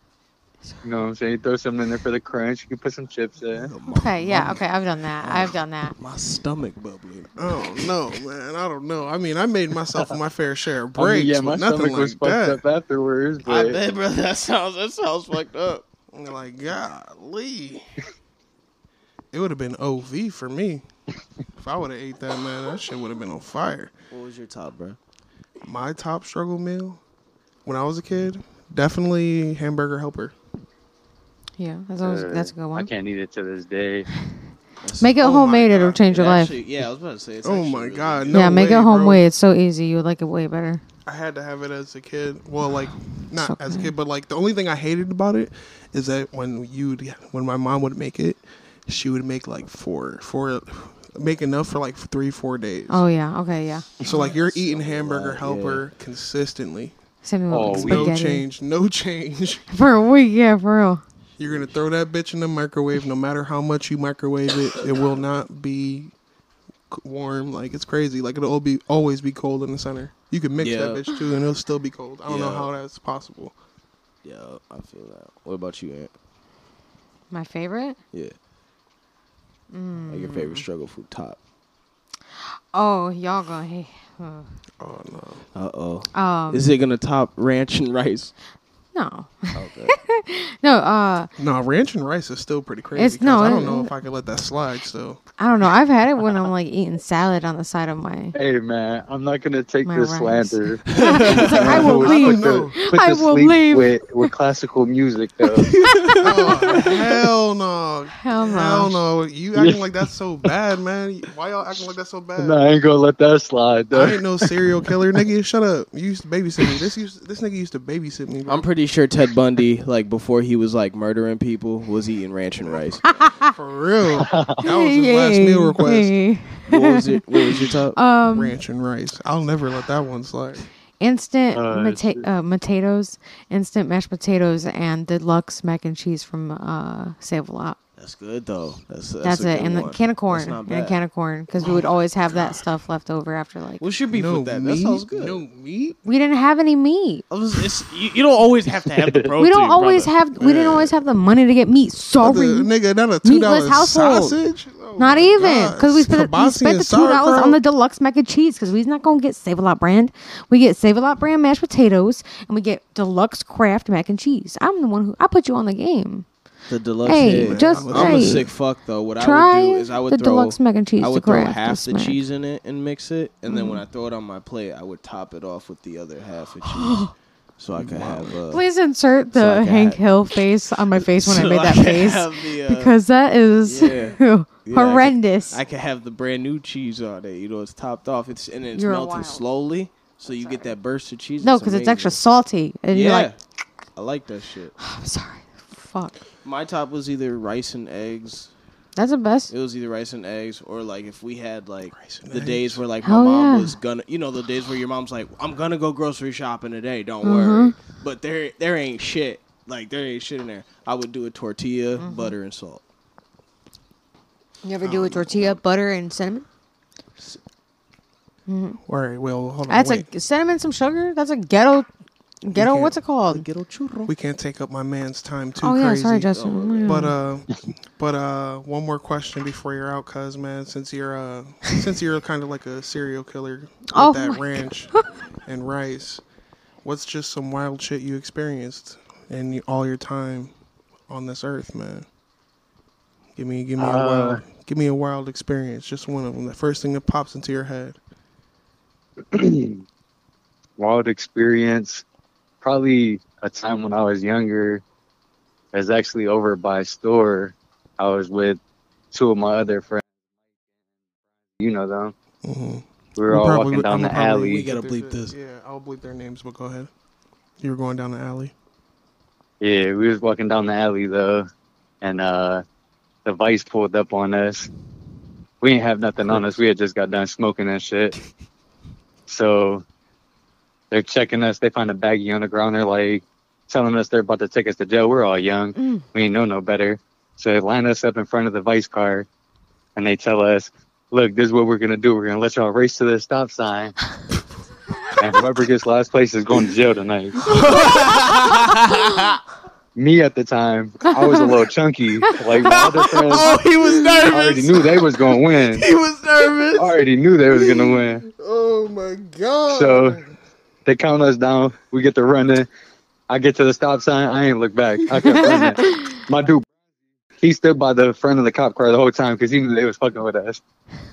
K: You know what I'm saying? Throw something in there for the crunch. You can put some chips
B: Oh,
K: in.
C: Okay, yeah, okay. I've done that. I've done that.
D: my stomach bubbling.
B: Oh no, man! I don't know. I mean, I made myself my fair share
K: [LAUGHS]
B: of
K: I mean,
B: breaks,
K: yeah, my
B: but nothing
K: stomach
B: like
K: was fucked
B: that.
K: up afterwards,
D: I
K: but [LAUGHS]
D: bet, brother. That sounds that sounds fucked up.
B: And they're like, golly. It would have been OV for me. if I would have ate that, man, that shit would have been on fire.
D: What was your top, bro?
B: My top struggle meal when I was a kid, definitely hamburger helper.
C: Yeah, that's always, that's a good
K: I
C: one.
K: can't eat it to this day.
C: Make it
K: Uh, Oh my
C: homemade; it'll
K: God.
C: change your life.
D: Actually, yeah, I was about to say. It's
B: Oh
D: actually
B: my
D: really
B: God,
D: good.
B: no
C: yeah, make
B: way,
C: it
B: bro.
C: homemade. It's so easy. You would like it way better.
B: I had to have it as a kid. Well, like not as a kid, but like the only thing I hated about it is that when you when my mom would make it, she would make like four four make enough for like three four days.
C: Oh yeah. Okay. Yeah.
B: So like you're eating hamburger helper consistently.
C: Same thing with Oh, we-
B: no
C: spaghetti.
B: change, no change.
C: [LAUGHS] For a week. Yeah. For real.
B: You're gonna throw that bitch in the microwave. No matter how much you microwave it, it will not be c- warm. Like it's crazy. Like it'll be always be cold in the center. You can mix that
D: Yeah.
B: bitch too, and it'll still be cold. I don't know
D: Yeah.
B: how that's possible.
D: Yeah, I feel that. What about you, Aunt?
C: My favorite.
D: Yeah, like your
B: Mm.
D: favorite struggle food top.
C: Mm. Oh, y'all gonna hate. oh.
B: Oh no.
D: Uh oh.
C: Um,
D: Is it gonna top ranch and rice?
C: No. [LAUGHS]
D: Okay.
C: No. Uh,
B: No, ranch and rice is still pretty crazy.
C: It's-
B: 'cause
C: no,
B: I don't
C: it-
B: know if I could let that slide. So
C: I don't know. I've had it when I'm like eating salad on the side of my.
K: Hey man, I'm not gonna take
C: My
K: this
C: rice.
B: [LAUGHS]
K: slander.
C: [LAUGHS] I will
K: Put
C: leave.
K: the- put
C: I
K: to
C: will
K: sleep
C: leave.
K: With, with classical music though.
B: [LAUGHS] hell no,
C: hell no.
B: hell no. You acting like that's so bad, man. Why y'all acting like that's so bad?
K: no, I ain't gonna let that slide though.
B: I ain't no serial killer, nigga. Shut up. You used to babysit me. This used this nigga used to babysit me.
D: [LAUGHS]
B: Bro.
D: I'm pretty sure Ted Bundy, like before he was like murdering people, was eating ranch
C: [LAUGHS]
D: and rice.
B: For real, that was his last
C: Yay, [LAUGHS]
B: meal request.
C: yay.
D: What was it? What was your top?
C: Um,
B: Ranch and rice. I'll never let that one slide.
C: instant
D: Oh,
K: Uh,
C: mata- uh, potatoes, instant mashed potatoes, and deluxe mac and cheese from uh, Save a Lot.
D: That's good though. That's
C: That's,
D: a good
C: it. And a
D: one.
C: can of
D: That's
C: corn.
D: not
C: And a
D: bad.
C: can of corn. Because we would always have that stuff left over after, like,
D: What's your beef
B: No
D: with that?
B: meat.
D: That sounds good.
B: No meat.
C: we didn't have any meat.
D: I was- it's- you, you don't always have to have the
C: [LAUGHS]
D: protein.
C: we don't always
D: brother.
C: have, we didn't always have the money to get meat.
B: Not
C: Sorry.
B: a- nigga, not a two
C: Meatless
B: dollar
C: household.
B: sausage. Oh
C: Not
B: my
C: even
B: God.
C: because we spent, we
B: Kielbasa
C: spent
B: and
C: the two dollars on the
B: sauerkraut?
C: deluxe mac and cheese because we're not gonna get Save a Lot brand. We get Save a Lot brand mashed potatoes and we get deluxe craft mac and cheese. I'm the one who I put you on the game.
D: the deluxe.
C: Hey,
D: head.
C: just-
D: I'm a
C: hey,
D: sick fuck though. What I
C: try
D: would do is I would
C: the
D: throw
C: deluxe mac and cheese
D: I
C: to
D: would throw
C: craft
D: half
C: this
D: the
C: mac. Mm.
D: cheese in it and mix it, and then when I throw it on my plate, I would top it off with the other
C: [GASPS]
D: half of cheese, so I could have. Uh,
C: Please insert
D: So
C: the
D: I can
C: Hank
D: have-
C: Hill face on my face when I
D: so
C: made
D: I
C: that
D: can
C: face
D: have the, uh,
C: because that [LAUGHS] is
D: yeah. Yeah, I could-
C: horrendous.
D: I could have the brand new cheese on it. You know, it's topped off. It's and it's
C: You're
D: melting
C: wild.
D: slowly, so you get that burst of cheese.
C: no, because it's extra
D: amazing.
C: salty and
D: Yeah,
C: you're like,
D: I like that shit.
C: [SIGHS] I'm sorry, fuck.
D: My top was either rice and eggs.
C: That's the best.
D: It was either rice and eggs, or like if we had like
B: and
D: the days where like my
C: Hell
D: mom
C: yeah.
D: was gonna, you know, the days where your mom's like, "I'm gonna go grocery shopping today, don't worry,"
C: Mm-hmm.
D: but there there ain't shit. Like there ain't shit in there. I would do a tortilla,
C: Mm-hmm.
D: butter, and salt.
C: You ever do a tortilla, butter, and cinnamon?
D: Mm-hmm.
B: All right, well, hold on.
C: That's
B: wait.
C: a cinnamon, some sugar. That's a ghetto, ghetto.
B: can't-
C: What's it called?
B: we can't take up my man's time too
C: Oh yeah,
B: crazy.
C: sorry, Justin. Oh, my
B: But
C: God.
B: uh, but uh, one more question before you're out, cuz man, since you're uh, since you're kind of like a serial killer with
C: Oh my
B: that ranch
C: [LAUGHS]
B: and rice, what's just some wild shit you experienced in y- all your time on this earth, man? Give me, give me a wild, give me a wild experience. Just one of them. The first thing that pops into your head.
K: wild experience. Probably a time when I was younger. I was actually over by a store. I was with two of my other friends. You know them.
B: Mm-hmm.
K: We were all walking down the alley.
D: we gotta bleep this.
B: Yeah, I'll bleep their names, but go ahead. You were going down the [LAUGHS] alley.
K: Yeah, we was walking down the alley though, and uh the vice pulled up on us. We didn't have nothing on us. We had just got done smoking and shit. So they're checking us. They find a baggie on the ground. They're like telling us they're about to take us to jail. We're all young.
C: Mm.
K: We ain't know no better. So they line us up in front of the vice car, and they tell us, "Look, this is what we're gonna do. We're gonna let y'all race to the stop sign." and whoever gets last place is going to jail tonight. Me at the time, I was a little chunky. Like my
B: [LAUGHS]
K: other friends,
B: Oh,
K: [LAUGHS]
D: he was
K: I already knew they was gonna win.
D: He was
K: I
D: nervous.
K: already knew they was gonna win.
B: Oh my god!
K: So they count us down. We get to
B: [LAUGHS]
K: running. I get to the stop sign. I ain't look back. I kept running. My dude he stood by the front of the cop car the whole time because he knew they was fucking with us.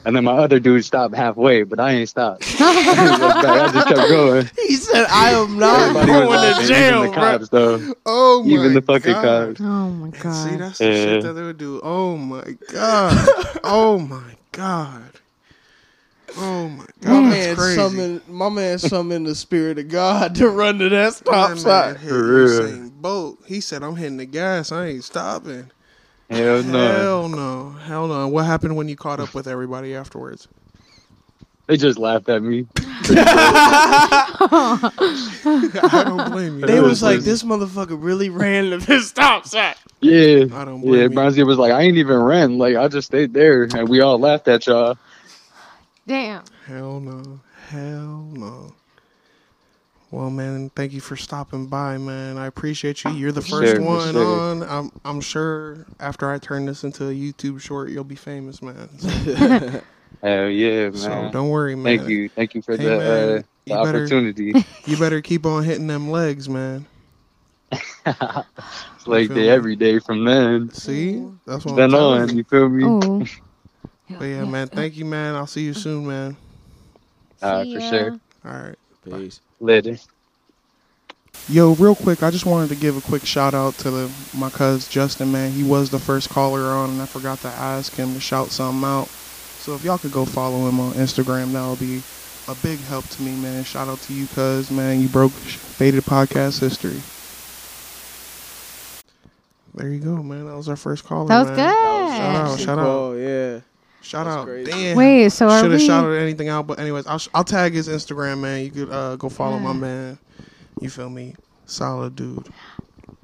K: And then my other dude stopped halfway, but I ain't stopped. I just
B: [LAUGHS]
K: kept going.
D: He said, "I am not
K: Everybody was laughing,
D: going to jail,
K: even the
D: bro."
K: cops, though.
B: Oh my
K: even the fucking
B: god.
K: cops.
C: Oh my god.
B: See, that's the shit
K: Yeah.
B: that they would do. Oh my god. oh my god. Oh my god.
C: Mm.
D: My
B: that's
D: man,
B: crazy.
D: summoned, my man
B: [LAUGHS]
D: summoned the spirit of God to run to that stop
B: My man
D: sign.
B: hit
K: For
B: the
K: real.
B: same boat. He said, "I'm hitting the gas. I ain't stopping."
K: Hell no.
B: Hell no. Hell no. What happened when you caught up with everybody afterwards?
K: They just laughed at me.
B: I don't blame
D: [LAUGHS]
B: you.
D: They was like, "This motherfucker really ran to this stop sign."
K: Yeah.
B: I don't blame
K: Yeah,
B: you.
K: Bronzy was like, I ain't even ran. Like, I just stayed there. And we all laughed at y'all.
C: Damn.
B: Hell no. Hell no. Well, man, thank you for stopping by, man. I appreciate you. You're the
K: For
B: first
K: sure, for
B: one
K: sure.
B: on. I'm, I'm sure after I turn this into a YouTube short, you'll be famous, man. So,
K: [LAUGHS] Hell yeah, man.
B: so don't worry, man.
K: Thank you. Thank you for
B: Hey,
K: the,
B: man,
K: uh, the
B: you better-
K: opportunity.
B: [LAUGHS] You better keep on hitting them legs, man.
K: it's like
B: feel
K: the
B: me?
K: every day from then.
B: See, that's what I'm
K: Then
B: telling
K: on, [LAUGHS]
B: you.
K: you feel me? [LAUGHS]
C: Oh.
B: But yeah, man. Thank you, man. I'll see you soon, man.
K: Uh,
C: See
K: for
C: ya.
K: sure.
B: All right.
D: Peace.
K: Later.
B: Yo, real quick, I just wanted to give a quick shout out to the, my cuz Justin, man. He was the first caller on, and I forgot to ask him to shout something out. So if y'all could go follow him on Instagram, that would be a big help to me, man. Shout out to you, cuz, man. You broke faded podcast history. There you go, man. That was our first caller.
C: That was
B: man.
C: good.
B: Shout out, shout out,
D: Oh yeah.
B: shout
D: That's
B: out.
D: crazy.
B: Damn.
C: Wait, so are
B: Should have
C: we?
B: shouted anything out, but anyways, I'll, sh- I'll tag his Instagram, man. You could uh, go follow my
C: Yeah.
B: man. You feel me? Solid dude.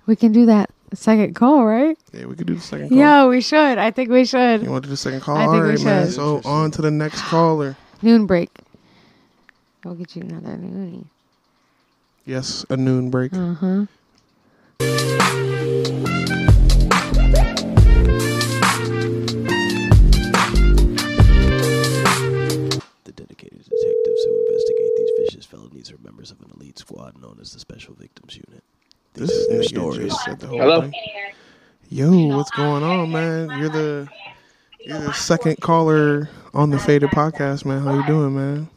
C: We can do that second call, right?
B: Yeah, we could do the second call.
C: Yeah, we should. I think we should.
B: You want to do the second call?
C: I think we
B: All right, man.
C: should.
B: So on to the next caller.
C: Noon break. I'll get you another noonie.
B: Yes, a noon break.
C: Uh huh.
G: The dedicated detectives who investigate these vicious felonies are members of an elite squad known as the Special Victims Unit.
B: This is
G: New
B: nigga
G: stories.
B: just said the whole
K: Hello?
B: thing. Yo, what's going on, man? You're the you're the second caller on the Faded Podcast, man. How you doing, man?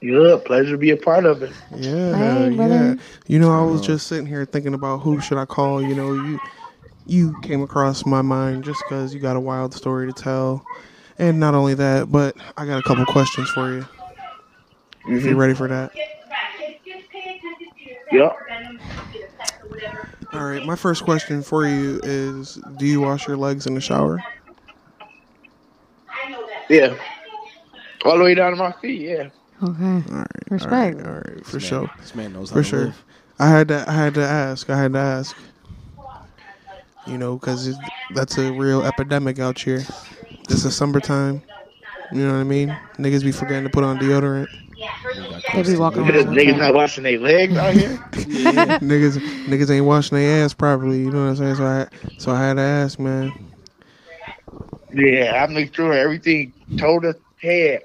E: Yeah, pleasure to be a part of it.
B: Yeah,
C: Hey,
B: yeah.
C: brother.
B: You know, I was just sitting here thinking about who should I call. You know, you you came across my mind just because you got a wild story to tell, and not only that, but I got a couple questions for you. If
J: Mm-hmm.
B: you're ready for that.
E: Yeah.
B: All right, my first question for you is: Do you wash your legs in the shower?
E: Yeah. All the way down to my feet, yeah.
C: Okay.
B: All right,
C: Respect.
B: All right, all right for
D: Man,
B: sure,
D: This man knows how
B: for
D: to
B: sure.
D: live.
B: I had to, I had to ask. I had to ask. You know, because that's a real epidemic out here. This is summertime. You know what I mean? Niggas be forgetting to put on deodorant.
C: They be walking around. with that.
E: Niggas not washing their legs out here.
B: niggas, niggas ain't washing their ass properly. You know what I'm saying? So I, so I had to ask, man.
E: [LAUGHS] Yeah, I make sure everything toe to head.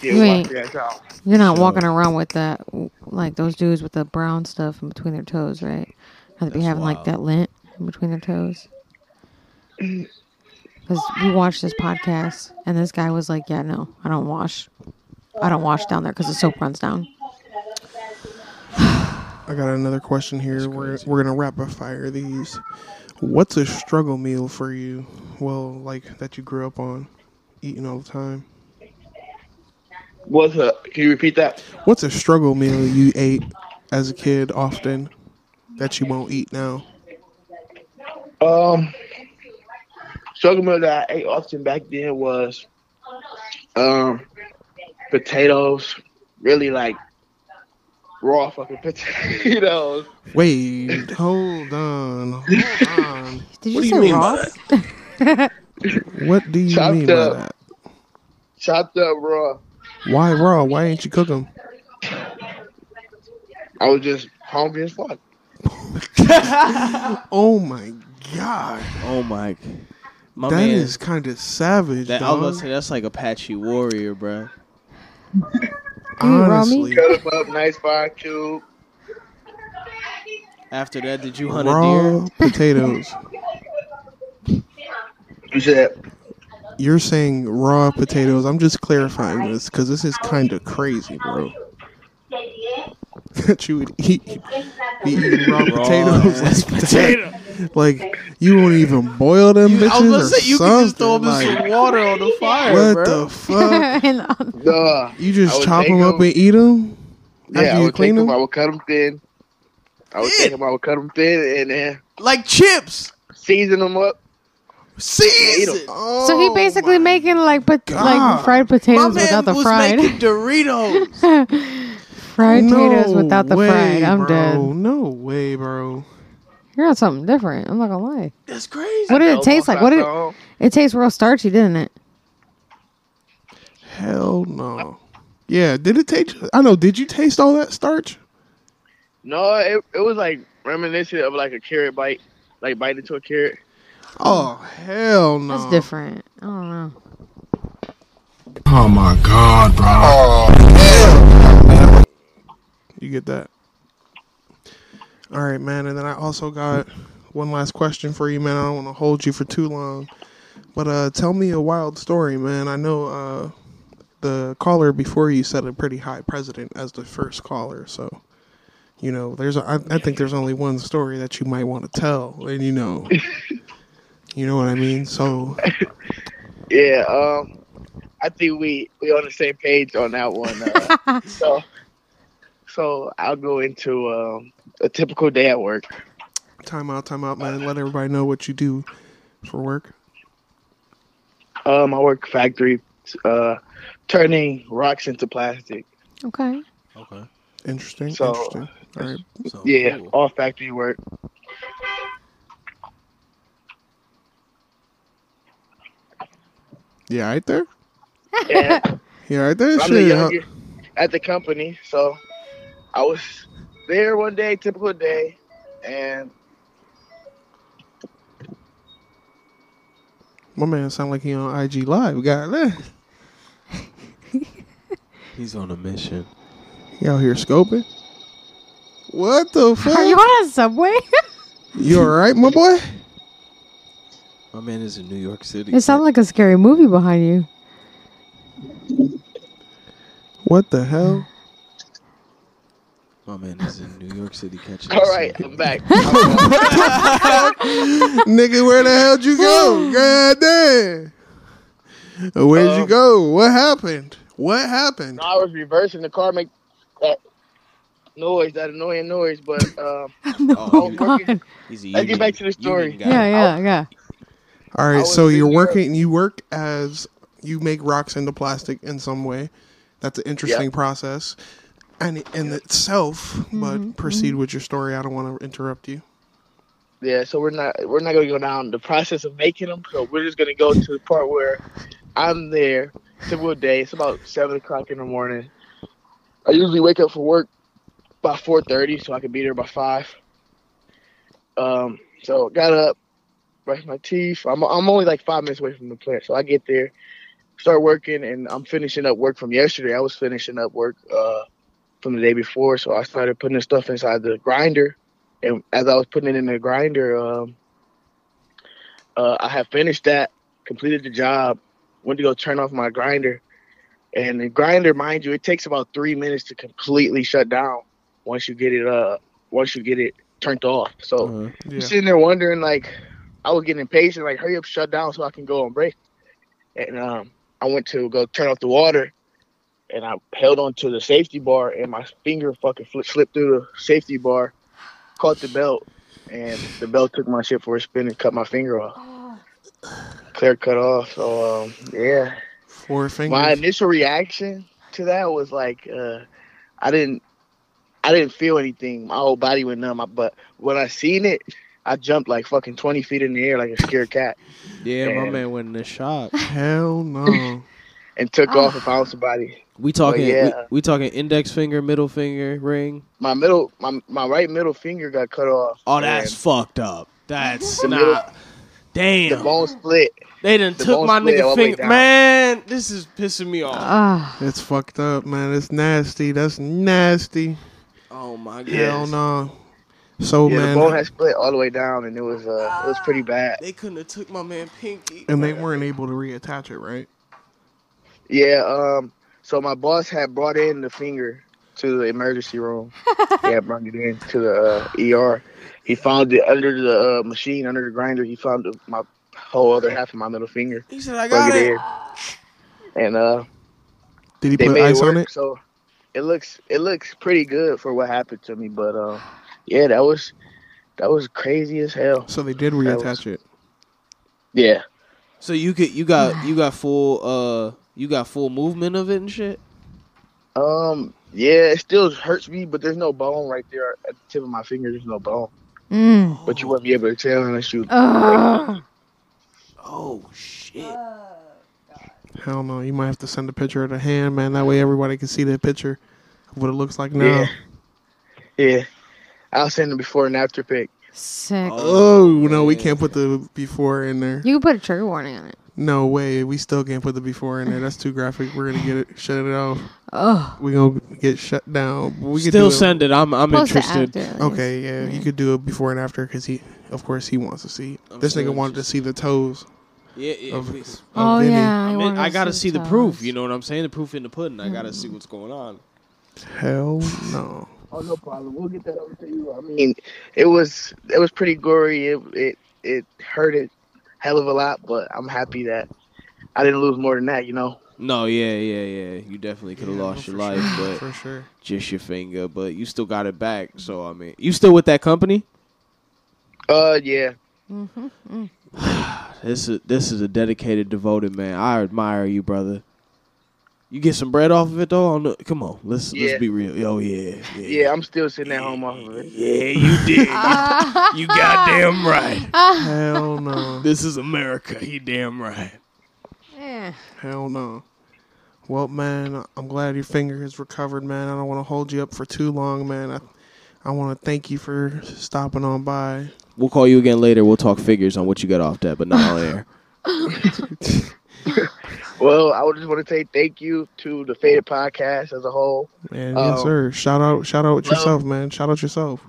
E: Yeah,
C: Right.
E: wash that out.
C: You're not walking around with that, like those dudes with the brown stuff in between their toes, right? How they be having like that lint in between their toes. Because we watched this podcast, and this guy was like, "Yeah, no, I don't wash. I don't wash down there because the soap runs down."
B: I got another question here. We're we're gonna rapid fire these. What's a struggle meal for you? Well, like that you grew up on, eating all the time.
E: What's up? Can you repeat that?
B: What's a struggle meal you ate as a kid often that you won't eat now?
E: Um, struggle meal that I ate often back then was um potatoes, really like raw fucking [LAUGHS] potatoes.
B: Wait, hold on, hold on.
C: Did you
E: What do
C: say
E: you mean by
C: raw?
E: that?
B: What do you
E: Chopped
B: mean by
E: up.
B: that?
E: Chopped up raw.
B: Why raw? Why ain't you cook them?
E: I was just hungry as fuck.
B: Oh my god,
D: Oh my. My
B: that
D: man.
B: is kind of savage.
D: that, I was
B: dog.
D: about to say that's like Apache warrior, bro.
C: Do you raw meat?
B: Honestly,
E: Cut them up, nice barbecue.
D: After that, did you hunt a
B: raw
D: deer?
B: potatoes.
E: You said
B: You're saying raw potatoes. I'm just clarifying this because this is kind of crazy, bro. That you would eat be eating raw
F: Raw
B: potatoes [LAUGHS]
F: ass
B: like potato. Like you won't even boil them bitches
D: I was gonna
B: or
D: say you
B: something.
D: can just throw them
B: like,
D: in some water on the fire.
B: what
C: [LAUGHS]
D: bro.
B: the fuck?
E: Duh.
B: You
E: I
B: just
E: would
B: chop
E: take
B: them up and eat them.
E: Yeah, I
B: you
E: would take
B: clean
E: them.
B: them?
E: I would cut them thin. I would take them. I would cut them thin and then
D: like chips.
E: Season them up.
D: Season.
C: so
B: Oh
C: he basically making like pot- like fried potatoes without the
D: was
C: fried.
D: making Doritos.
C: [LAUGHS] fried potatoes without the fried. I'm
B: bro.
C: dead.
B: No way, bro.
C: You're on something different. I'm not gonna lie.
D: That's crazy.
C: What did it taste like? What did
E: it?
C: It tastes real starchy, didn't it?
B: Hell no. Yeah, did it taste? I know. Did you taste all that starch?
E: No, it, it was like reminiscent of like a carrot bite, like biting into a carrot.
B: Oh hell no.
C: That's different. I don't know.
B: Oh my god, bro.
D: [LAUGHS]
B: You get that? All right, man. And then I also got one last question for you, man. I don't want to hold you for too long, but uh, tell me a wild story, man. I know uh, the caller before you set a pretty high president as the first caller, so you know there's a, I, I think there's only one story that you might want to tell, and you know, you know what I mean. So
E: Yeah, um, I think we we on the same page on that one. Uh, so, so I'll go into um, a typical day at work.
B: time out, time out, man. Let everybody know what you do for work.
E: Um, I work factory, uh, turning rocks into plastic.
C: Okay.
B: Okay. Interesting.
E: So-
B: interesting. All right.
E: yeah, all factory work.
B: Yeah, right there.
E: And
B: Yeah, right there.
E: I'm the
B: Shit. huh?
E: youngest at the company, so I was there one day, typical day, and
B: My man sound like he on IG Live. God, damn.
D: He's on a mission.
B: he out here scoping. What the fuck?
C: [LAUGHS] Are you on a subway?
B: [LAUGHS] You all right, my boy?
D: My man is in New York City.
C: [LAUGHS] it sounded like a scary movie behind you.
B: What the hell?
D: My man is in New York City catching.
E: all right, I'm
D: [LAUGHS]
E: back.
B: [LAUGHS] Nigga, where the hell would you go? God damn. Where'd you
E: Um,
B: go? What happened? What happened?
E: No, I was reversing the car, make that noise, that annoying noise. But um, I was working.
D: He's
E: Let's get back to the story. Oh.
C: Yeah, yeah, yeah.
B: All right, so you're working. You work as you make rocks into plastic in some way. That's an interesting process, and in itself.
D: Mm-hmm,
B: But proceed with your story. I don't want to interrupt you.
E: Yeah, so we're not we're not gonna go down the process of making them. So we're just gonna go to the part where I'm there. Typical day. It's about seven o'clock in the morning. I usually wake up for work by four thirty, so I can be there by five. Um, so got up, brushed my teeth. I'm I'm only like five minutes away from the plant, so I get there, start working, and I'm finishing up work from yesterday. I was finishing up work uh from the day before, so I started putting the stuff inside the grinder. And as I was putting it in the grinder, um, uh, I had finished that, completed the job, went to go turn off my grinder. And the grinder, mind you, it takes about three minutes to completely shut down once you get it uh once you get it turned off. So
B: Yeah.
E: I'm sitting there wondering, like, I was getting impatient, like, hurry up, shut down so I can go on break. And um, I went to go turn off the water, and I held onto the safety bar, and my finger fucking flipped, slipped through the safety bar, caught the belt, and the belt took my shit for a spin and cut my finger off. Clear cut off. So um, yeah,
B: Four fingers.
E: my initial reaction to that was like, uh, I didn't, I didn't feel anything. My whole body went numb. But when I seen it, I jumped like fucking twenty feet in the air like a scared cat
D: Yeah, my
E: Yeah.
D: man went in the shop.
B: [LAUGHS] Hell no.
E: and took off and found somebody.
D: Ah. We talking.
E: yeah.
D: we, we talking index finger, middle finger, ring.
E: My middle, my my right middle finger got cut off.
D: Oh, that's
E: and
D: fucked up. That's
E: The middle-
D: not. Damn.
E: the bone split.
D: they done
E: the
D: took
E: bone
D: my
E: split all
D: nigga
E: the way
D: finger.
E: down.
D: Man, this is pissing me off.
C: Ah,
B: It's fucked up, man. It's nasty. That's nasty.
D: oh my god.
B: Hell no. So
E: yeah,
B: man,
E: the bone had split all the way down, and it was uh, it was pretty bad.
D: They couldn't have took my man Pinky.
B: and they weren't able to reattach it, right?
E: Yeah. Um. So my boss had brought in the finger to the emergency room. yeah, brought it in to the uh, ER. He found it under the uh, machine, under the grinder. He found the, my whole other half of my middle finger.
D: He said, "I
E: Plug
D: got it."
E: in. And uh,
B: Did he
E: they
B: put
E: made
B: ice
E: it work,
B: on it?
E: So it looks it looks pretty good for what happened to me. But uh, yeah, that was that was crazy as hell.
B: So they did
E: That
B: reattach
E: was-
B: it.
E: Yeah.
D: So you could you
B: [SIGHS]
D: got you got full uh you got full movement of it and shit.
E: Um. Yeah, it still hurts me, but there's no bone right there at the tip of my finger. There's no bone,
C: Mm.
E: but you wouldn't be able to tell unless you.
C: Ugh.
D: Oh shit!
B: Hell no, you might have to send a picture of the hand, man. That way everybody can see that picture of what it looks like now.
E: Yeah. Yeah. I'll send a before and after pic.
C: Sick.
B: Oh no, we can't put the before in there.
C: You can put a trigger warning on it.
B: No way, we still can't put the before in there. That's too graphic. We're gonna get it shut it off.
C: Oh.
B: We gonna get shut down. But We could
D: Still
B: do
D: send it. I'm I'm
C: Plus the
D: interested.
C: after, at
B: Okay,
C: least.
B: yeah, you could do it before and after because he, of course, he wants to see.
D: I'm
B: this
D: so
B: nigga wanted to see the toes.
D: Yeah, yeah
B: Of-
D: please.
C: Oh
B: Vinny.
C: yeah.
D: I mean,
C: wanna
D: I gotta see the
C: toes.
D: proof. You know what I'm saying? The proof in the pudding. I gotta see what's going on.
B: Hell no.
E: Oh no problem. We'll get that over to you. I mean, it was it was pretty gory. It it it hurted hell of a lot, but I'm happy that I didn't lose more than that. You know.
D: No, yeah, yeah, yeah. You definitely could have
B: Yeah,
D: lost
B: no,
D: your
B: for
D: life,
B: sure,
D: but
B: for sure.
D: just your finger. But you still got it back. So I mean, you still with that company?
E: Uh yeah.
D: This is this is a dedicated, devoted man. I admire you, brother. You get some bread off of it though. On the, come on, let's
E: Yeah.
D: let's be real. Oh yeah, yeah.
E: Yeah, I'm still sitting at home off of it.
D: Yeah, you did.
C: Ah.
D: you, you [LAUGHS] goddamn right.
B: Hell no.
D: This is America. You damn right.
C: [LAUGHS] Yeah.
B: Hell no. Well, man, I'm glad your finger has recovered, man. I don't want to hold you up for too long, man. I, I want to thank you for stopping on by.
D: We'll call you again later. We'll talk figures on what you got off that, but not on
E: [LAUGHS]
D: air.
E: Well, I would just want to say thank you to the Faded Podcast as a whole.
B: Man,
E: Oh.
B: yes, sir. Shout out, shout out
E: Well-
B: yourself, man. Shout out yourself.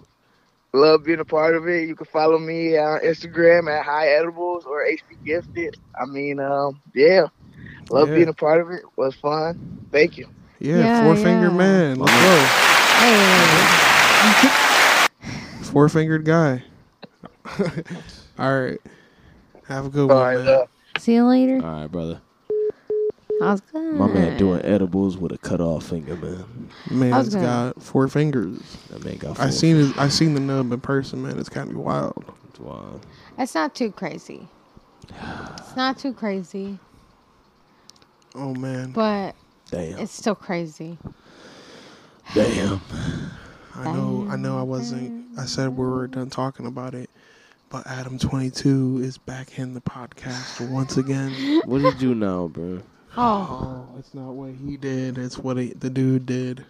E: Love being a part of it. You can follow me on Instagram at High Edibles or HB Gifted. I mean, um, yeah. Love
B: Yeah.
E: being a part of it. Was fun. Thank you.
B: Yeah,
C: Yeah,
B: four finger
C: yeah.
B: man. Let's go.
C: Hey.
B: Four fingered guy. [LAUGHS] All right. Have a good
E: All
B: one,
E: right,
B: man.
E: love.
C: See you later.
D: All right, brother.
C: I was good.
D: My man doing edibles with a cut off finger, man.
B: Man's
C: Okay.
B: got four fingers.
D: That man got.
B: I
D: four
B: seen his, I seen the nub in person, man. It's kind of wild.
D: fingers. Wow.
C: It's not too crazy. It's not too crazy,
B: Oh man,
C: but
D: Damn.
C: it's still crazy.
D: Damn.
B: I know, I know, I wasn't. I said we were done talking about it, but Adam Twenty Two is back in the podcast once again.
D: What did you do
E: [LAUGHS]
D: now, bro?
C: Oh.
B: Oh, it's not what he did. It's what he, the dude did.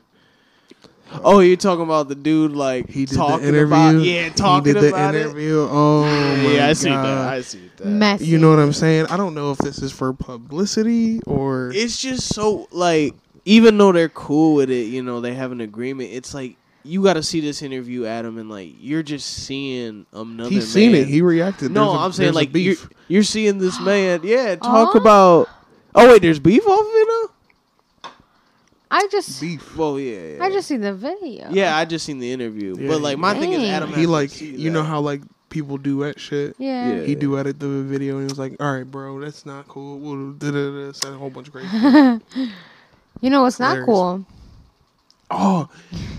D: Oh, you're talking about the dude like
B: He did
D: talking
B: the interview.
D: about yeah, talking
B: he did the
D: about it.
B: interview. Oh my
D: yeah, I
B: god.
D: see that. I see that.
C: Messy.
B: you know what I'm saying? I don't know if this is for publicity or
D: it's just so like even though they're cool with it, you know, they have an agreement. It's like you got to see this interview, Adam, and like you're just seeing another.
B: he's seen
D: man.
B: it. He reacted.
D: no,
B: There's a-
D: I'm saying
B: there's a
D: like you're,
B: beef.
D: you're seeing this man. Yeah, talk
C: Aw.
D: about. Oh wait, there's beef off of it
C: I just
D: now. Well, yeah, yeah.
C: I just see the video.
D: yeah, I just seen the interview,
B: Yeah,
D: but like my thing is
C: Dang.
D: Adam. has
B: he
D: to
B: like
D: see
B: you
D: that.
B: know how like people do that shit.
C: Yeah.
D: Yeah.
B: He duetted the video and he was like, "All right, bro, that's not cool." Well, da-da-da, Said a whole bunch of crazy.
C: [LAUGHS]
B: shit.
C: You know what's not
B: Hilarious.
C: cool?
B: oh,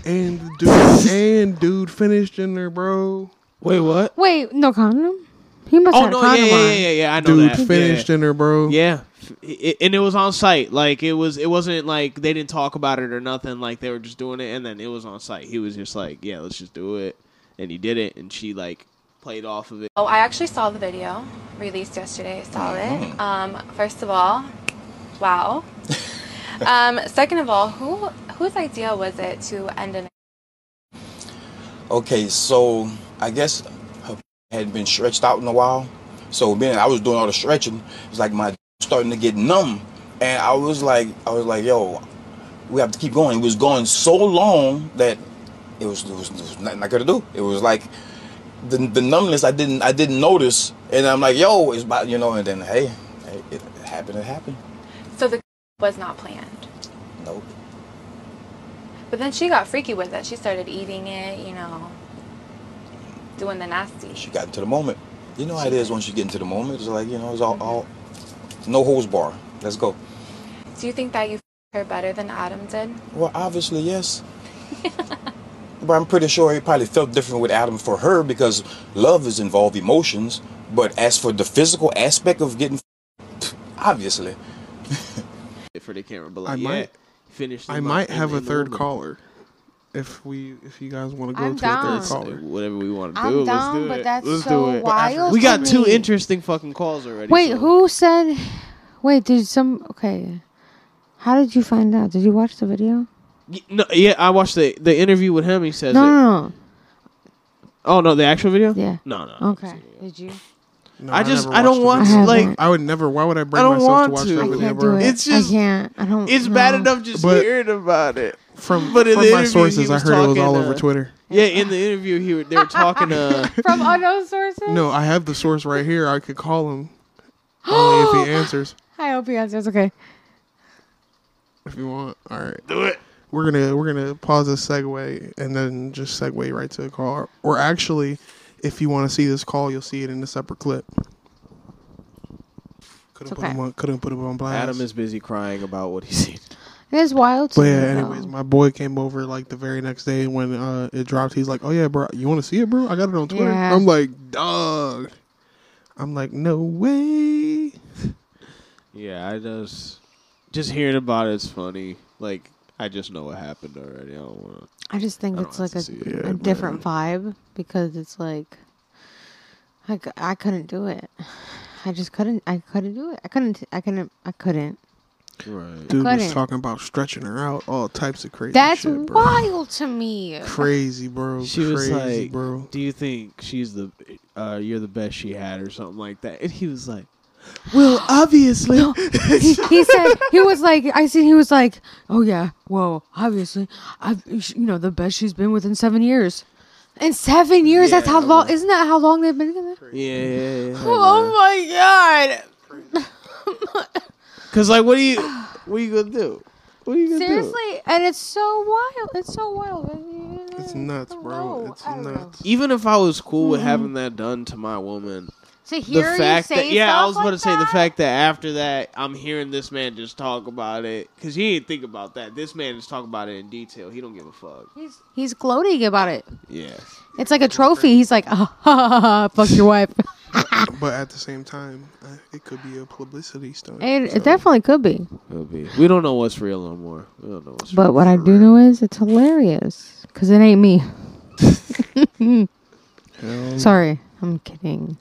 B: and the dude and dude finished in there, bro.
D: Wait, what?
C: Wait, no condom? He must
D: Oh
C: have
D: no,
C: a
D: yeah,
C: condom
D: yeah,
C: on.
D: yeah, yeah, yeah. I know
B: Dude
D: that. Yeah.
B: finished in there, bro.
D: Yeah, It- and it was on site. Like it was, it wasn't like they didn't talk about it or nothing. Like they were just doing it, and then it was on site. He was just like, "Yeah, let's just do it," and he did it, and she like played off of it.
L: Oh, I actually saw the video released yesterday. Saw it. Um, first of all, wow. um, second of all, who whose idea was it to end an
M: Okay, so I guess her had been stretched out in a while. So then I was doing all the stretching. It's like my starting to get numb, and I was like, I was like, yo, we have to keep going. It was going so long that it was, it was, it was nothing I could do. It was like the, the numbness I didn't I didn't notice, and I'm like, yo, it's about you know, and then hey, hey, it happened, it happened.
L: So the was not planned.
M: Nope.
L: But then she got freaky with it. She started eating it, you know, doing the nasty.
M: She got into the moment. You know how it is once you get into the moment. It's like you know, it's all, all no holds bar. Let's go.
L: Do you think that you f- her better than Adam did?
M: Well, obviously, yes. but I'm pretty sure it probably felt different with Adam for her because love is involved emotions. But as for the physical aspect of getting, f- obviously,
D: for the camera, but
B: I
D: like, yeah,
B: might
D: finish.
B: I might have a third caller. If we, if you guys want to go
C: I'm
B: to a
C: down.
B: third caller,
D: whatever we want
C: I'm
D: do it.
C: down,
D: let's do
C: but
D: it.
C: that's
D: let's
C: so
D: do it.
C: wild
D: We got
C: for
D: two
C: me.
D: interesting fucking calls already.
C: Wait,
D: so-
C: who said? Wait, did some? Okay, how did you find out? Did you watch the video?
D: Y- No, yeah, I watched the the interview with him. He says,
C: no,
D: it.
C: no, no.
D: "Oh no, the actual video."
C: Yeah.
D: No, no.
C: Okay.
D: [LAUGHS]
C: Did you?
B: No,
D: I just
B: never
D: I don't
B: watched
D: want
B: the
D: to,
B: video.
D: like
B: I would never. Why would I bring
D: don't
B: myself to
D: want
B: watch
D: to.
B: that
D: I
B: video?
D: can't
B: bro?
D: do it. It's just-
C: I can't. I don't.
D: it's
C: know.
D: bad enough just
B: But-
D: hearing about it.
B: From
D: But in
B: from
D: the
B: my
D: interview,
B: sources,
D: he
B: I
D: was
B: heard it was
D: talking,
B: all
D: uh,
B: over Twitter.
D: Yeah, in the interview, he were- they were talking. [LAUGHS] Uh,
C: from unknown sources.
B: No, I have the source right here. I could call him only
C: [GASPS]
B: if he answers.
C: I hope he answers. Okay.
B: If you want, all right.
D: Do it.
B: We're gonna we're gonna pause this segue and then just segue right to a call. Or actually, if you want to see this call, you'll see it in a separate clip. Couldn't put
C: okay.
B: him on. Couldn't put him on blast.
D: Adam is busy crying about what he seen.
C: It is wild. To
B: But
C: me,
B: yeah,
C: though.
B: anyways, my boy came over like the very next day when uh, it dropped. He's like, "Oh yeah, bro, you want to see it, bro? I got it on Twitter."
C: Yeah.
B: I'm like, "Dog," I'm like, "No way."
D: Yeah, I just just hearing about it's funny. Like I just know what happened already. I don't want to.
C: I just think
D: I don't
C: it's
D: have
C: like
D: to
C: a,
D: see
B: it.
C: a
B: Yeah,
C: different vibe because it's like I, c- I couldn't do it. I just couldn't. I couldn't do it. I couldn't. I couldn't. I couldn't.
D: Right.
B: Dude was
C: Couldn't.
B: talking about stretching her out, all types of crazy.
C: That's
B: shit, bro.
C: wild to me. [LAUGHS]
B: Crazy, bro.
D: She was
B: crazy,
D: like,
B: bro.
D: "Do you think she's the uh, you're the best she had or something like that?" And he was like, "Well, obviously." [LAUGHS]
C: he, he said he was like I see he was like oh yeah whoa obviously I've you know the best she's been within seven years. In seven years, that's how
D: Yeah,
C: long. Isn't that how long they've been together?
D: Yeah,
C: [LAUGHS]
D: yeah, yeah.
C: Oh my
D: Cause like, what do you, what you gonna do? What are you
C: god!
D: gonna do?
C: Seriously, and it's so wild. It's so wild.
B: It's nuts, bro.
C: know.
B: It's
C: I don't know.
B: nuts.
D: Even if I was cool with having that done to my woman,
C: To hear
D: the fact
C: you say
D: that yeah, I was
C: stuff
D: about
C: like
D: to say the
C: that?
D: fact that after that, I'm hearing this man just talk about it because he ain't think about that. This man is talking about it in detail. He don't give a fuck.
C: He's, he's gloating about it.
D: Yeah,
C: It's like a trophy. He's like, [LAUGHS] ah, ha, ha, ha, fuck your wife.
B: But at the same time, I, it could be a publicity stunt.
C: [LAUGHS] It,
B: so-
C: it definitely could be.
D: It'll be. We don't know what's real no more. We don't know what's.
C: But what I do know is it's hilarious because it ain't me. [LAUGHS]
B: Hell,
C: Sorry, I'm kidding.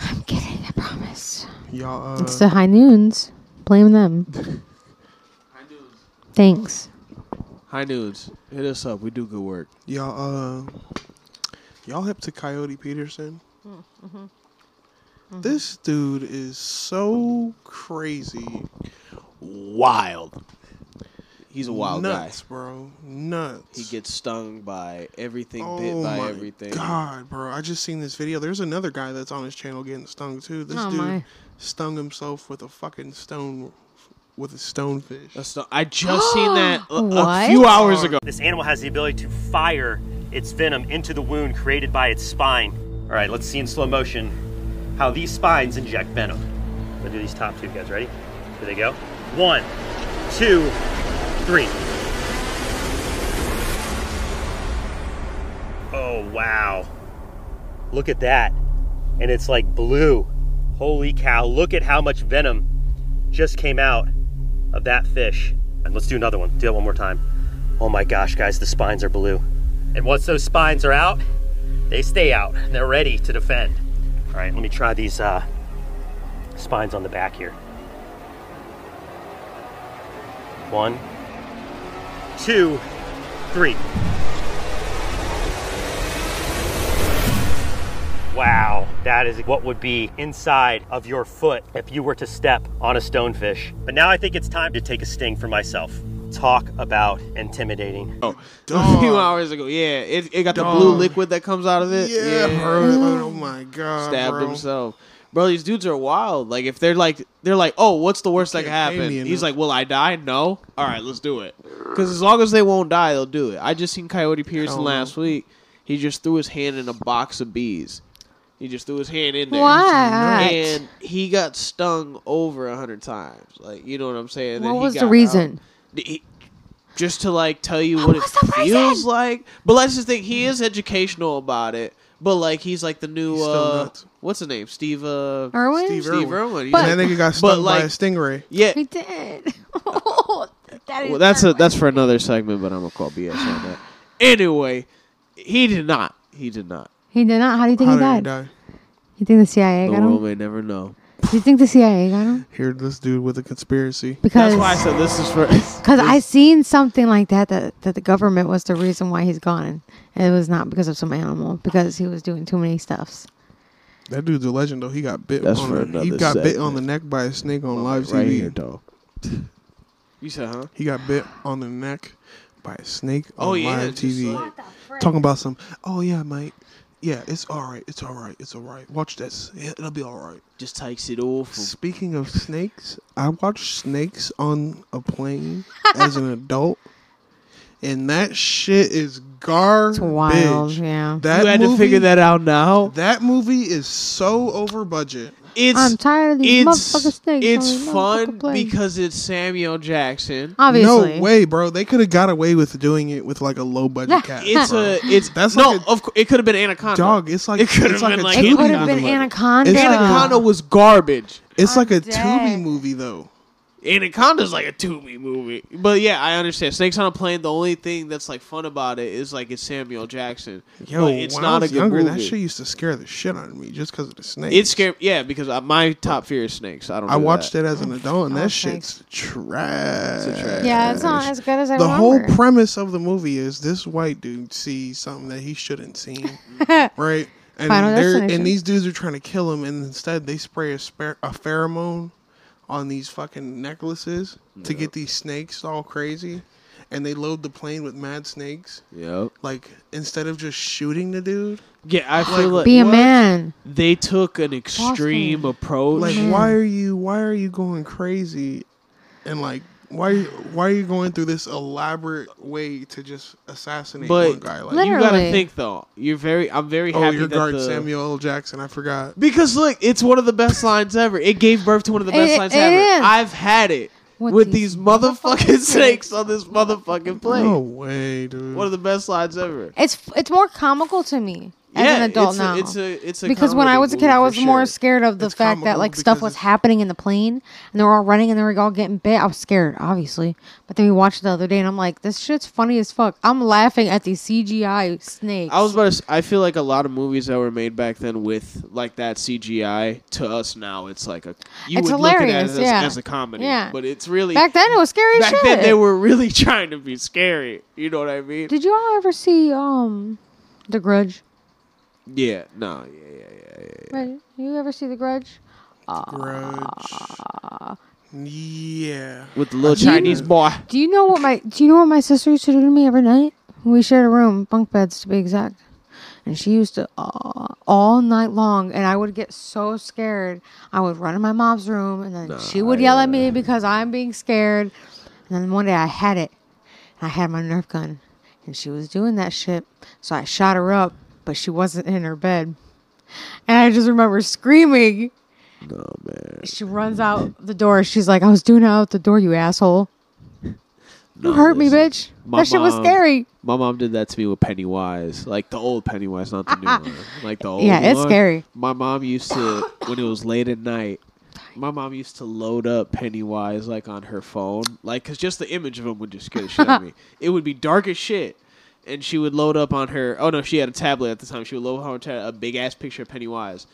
C: I'm kidding. I promise.
B: y'all. Uh,
C: It's the high noons. Blame them. Thanks.
D: High nudes, hit us up. We do good work.
B: Y'all, uh, y'all hip to Coyote Peterson?
C: Mm-hmm.
B: This dude is so crazy.
D: Wild. He's a wild
B: Nuts,
D: guy.
B: bro. Nuts.
D: He gets stung by everything,
B: oh
D: bit by
B: my
D: everything.
B: God, bro. I just seen this video. There's another guy that's on his channel getting stung too. This
C: Oh,
B: dude
C: my.
B: stung himself with a fucking stone, with a stonefish.
D: That's the- I [GASPS]
C: [GASPS]
D: just seen that a, a
C: What?
D: few hours ago.
H: This animal has the ability to fire its venom into the wound created by its spine. All right, let's see in slow motion how these spines inject venom. We'll do these top two guys. Ready? Here they go. One, two, three. Oh, wow. Look at that. And it's like blue. Holy cow. Look at how much venom just came out of that fish. And let's do another one. Do it one more time. Oh my gosh, guys, the spines are blue. And once those spines are out, they stay out. and They're ready to defend. All right, let me try these uh, spines on the back here. One, two, three. Wow, that is what would be inside of your foot if you were to step on a stonefish. But now I think it's time to take a sting for myself. talk about intimidating.
D: Oh, a few [LAUGHS] hours ago. Yeah, it, it got the blue
H: Dog.
D: liquid that comes out of it.
B: Yeah, bro. Oh my god,
D: Stabbed
B: bro.
D: himself. Bro, these dudes are wild. Like if they're like they're like, "Oh, what's the worst that could
B: Can't pay
D: happen?"
B: me
D: He's like, "Will I die?" No. All right, let's do it. Cuz as long as they won't die, they'll do it. I just seen Coyote Pearson
B: Hell no.
D: last week. He just threw his hand in a box of bees. He just threw his hand in there.
C: What?
D: And he got stung over a hundred times. Like, you know what I'm saying? And then
C: what
D: he
C: was the
D: got
C: reason?
D: out. He- just to like tell you what, it feels like. But that's the thing. He is educational about it. But like he's like the new
B: He's still
D: uh,
B: nuts.
D: what's his name? Steve uh,
C: Irwin?
D: Steve, Irwin. He's
C: But-
D: like-
B: and that nigga got
D: but,
B: stung
D: like-
B: by a stingray.
D: yeah.
C: I did. [LAUGHS] that is
D: Well, that's a that's for another segment. But I'm gonna call BS on
C: [SIGHS]
D: that. Anyway, he did not. He did not.
C: he did not. How do you think
B: How
C: he
B: did he
C: died?
B: die?
C: You think the CIA
D: The
C: got
D: world
C: him?
D: may never know.
C: You think the CIA got him?
B: Here, this dude with a conspiracy.
C: Because
D: That's why I said this is for. [LAUGHS]
C: Because I seen something like that, that that the government was the reason why he's gone, and it was not because of some animal, because he was doing too many stuffs.
B: That dude's a legend though. He got bit.
D: That's
B: on
D: for
B: the, He
D: another
B: got bit
D: segment.
B: on the neck by a snake on live
D: right
B: TV.
D: here, dog. You said, huh?
B: He got bit on the neck by a snake on
D: Oh, yeah,
B: live
D: just
B: TV.
D: like- What
B: Talking about some. Oh yeah, mate. Yeah, it's all right. It's all right. It's all right. Watch this. Yeah, it'll be all right.
D: Just takes it off.
B: Speaking of snakes, I watched snakes on a plane
C: [LAUGHS]
B: as an adult, and that shit is garbage.
C: It's wild, yeah.
B: That
D: you had
B: movie,
D: to figure that out now.
B: That movie is so over budget.
D: It's
C: I'm tired of these motherfucking
D: it's
C: snakes. on
D: it's
C: these
D: fun
C: motherfucking planes.
D: because it's Samuel Jackson.
C: obviously
B: No way, bro. They could have got away with doing it with like a low budget cat.
D: It's
C: [LAUGHS]
B: bro.
D: a it's that's
B: That's
D: no
B: like a-
D: of cour- it could have been Anaconda.
B: dog. It's like
D: It could've
B: it's like
D: been
B: a
D: like
B: Tubi
C: It could have been
B: movie.
C: Anaconda.
B: It's
D: Anaconda was garbage.
B: It's like a
C: I'm dead.
B: Tubi movie though.
D: Anaconda's like a Toomey movie, but yeah, I understand. Snakes on a Plane. The only thing that's like fun about it is like it's Samuel Jackson.
B: Yo,
D: but it's
B: when
D: not
B: I
D: a
B: was
D: good
B: younger,
D: movie.
B: that shit used to scare the shit out of me just because of the snakes.
D: It's scary, yeah, because I, my top fear is snakes. I don't.
B: I
D: do
B: watched
D: that.
B: it as an adult, and
C: Oh,
B: that
C: snakes.
B: shit's trash.
D: trash.
C: Yeah, it's not as good as I
B: The whole
C: remember.
B: premise of the movie is this white dude sees something that he
C: [LAUGHS]
B: shouldn't see, right? And
C: Final
B: they're-
C: Destination.
B: and these dudes are trying to kill him, and instead they spray a, spare, a pheromone on these fucking necklaces to get these snakes all crazy, and they load the plane with mad snakes.
D: Yep.
B: Like instead of just shooting the dude,
D: Yeah, I feel like
C: Be a man.
D: they took an extreme approach.
B: like why are you why are you going crazy and like why why are you going through this elaborate way to just assassinate
D: But-
B: one guy like
C: Literally.
D: You gotta think though. You're very. I'm very
B: oh
D: happy
B: your
D: that
B: guard
D: the-
B: samuel L. jackson i forgot
D: Because look, it's one of the best lines ever. It gave birth to one of the best
C: It-
D: lines
C: it
D: ever.
C: is.
D: I've had it with, these, motherfucking snakes on this motherfucking plane.
B: no way dude
D: One of the best lines ever.
C: It's it's more comical to me as
D: yeah,
C: an adult
D: it's
C: now.
D: A, it's a it's a
C: because when I
D: comedy
C: was a kid,
D: movie
C: I
D: for
C: was more
D: sure.
C: scared of the
B: It's
C: fact that
B: comical
C: like stuff
B: because
C: was
B: it's-
C: happening in the plane and they were all running and they were all getting bit. I was scared, obviously. But then we watched it the other day and I'm like, this shit's funny as fuck. I'm laughing at these CGI snakes.
D: I was about to. s- I feel like a lot of movies that were made back then with like that CGI to us now, it's like a you
C: It's
D: would look at it
C: hilarious,
D: as,
C: yeah.
D: as a comedy.
C: Yeah.
D: but it's really
C: back then. It was scary as
D: back
C: shit.
D: then they were really [LAUGHS] trying to be scary. You know what I mean?
C: Did you all ever see um, The Grudge?
D: yeah. No. Yeah. Yeah. Yeah.
C: Right? You ever see The Grudge?
B: grudge yeah
D: With the little Chinese boy.
C: Do you know what my Do you know what my sister used to do to me every night? We shared a room, bunk beds to be exact, and she used to uh, all night long. And I would get so scared, I would run in my mom's room, and then she would yell at me because I'm being scared. And then one day I had it, and I had my Nerf gun, and she was doing that shit, so I shot her up, but she wasn't in her bed, and I just remember screaming. No man. She runs out the door. She's like, "I was doing it out the door, you
D: [LAUGHS]
C: asshole." You hurt me, bitch.
D: My
C: That shit was
D: mom-
C: scary.
D: My mom did that to me with Pennywise, like the old Pennywise, not the
C: [LAUGHS]
D: new one. Like the old.
C: Yeah, it's
D: one.
C: scary.
D: My mom used to when it was late at night. My mom used to load up Pennywise like on her phone, like because just the image of him would just scare the shit out of
C: [LAUGHS]
D: me. It would be dark as shit, and she would load up on her. Oh no, she had a tablet at the time. She would load up on her tablet a big ass picture of Pennywise,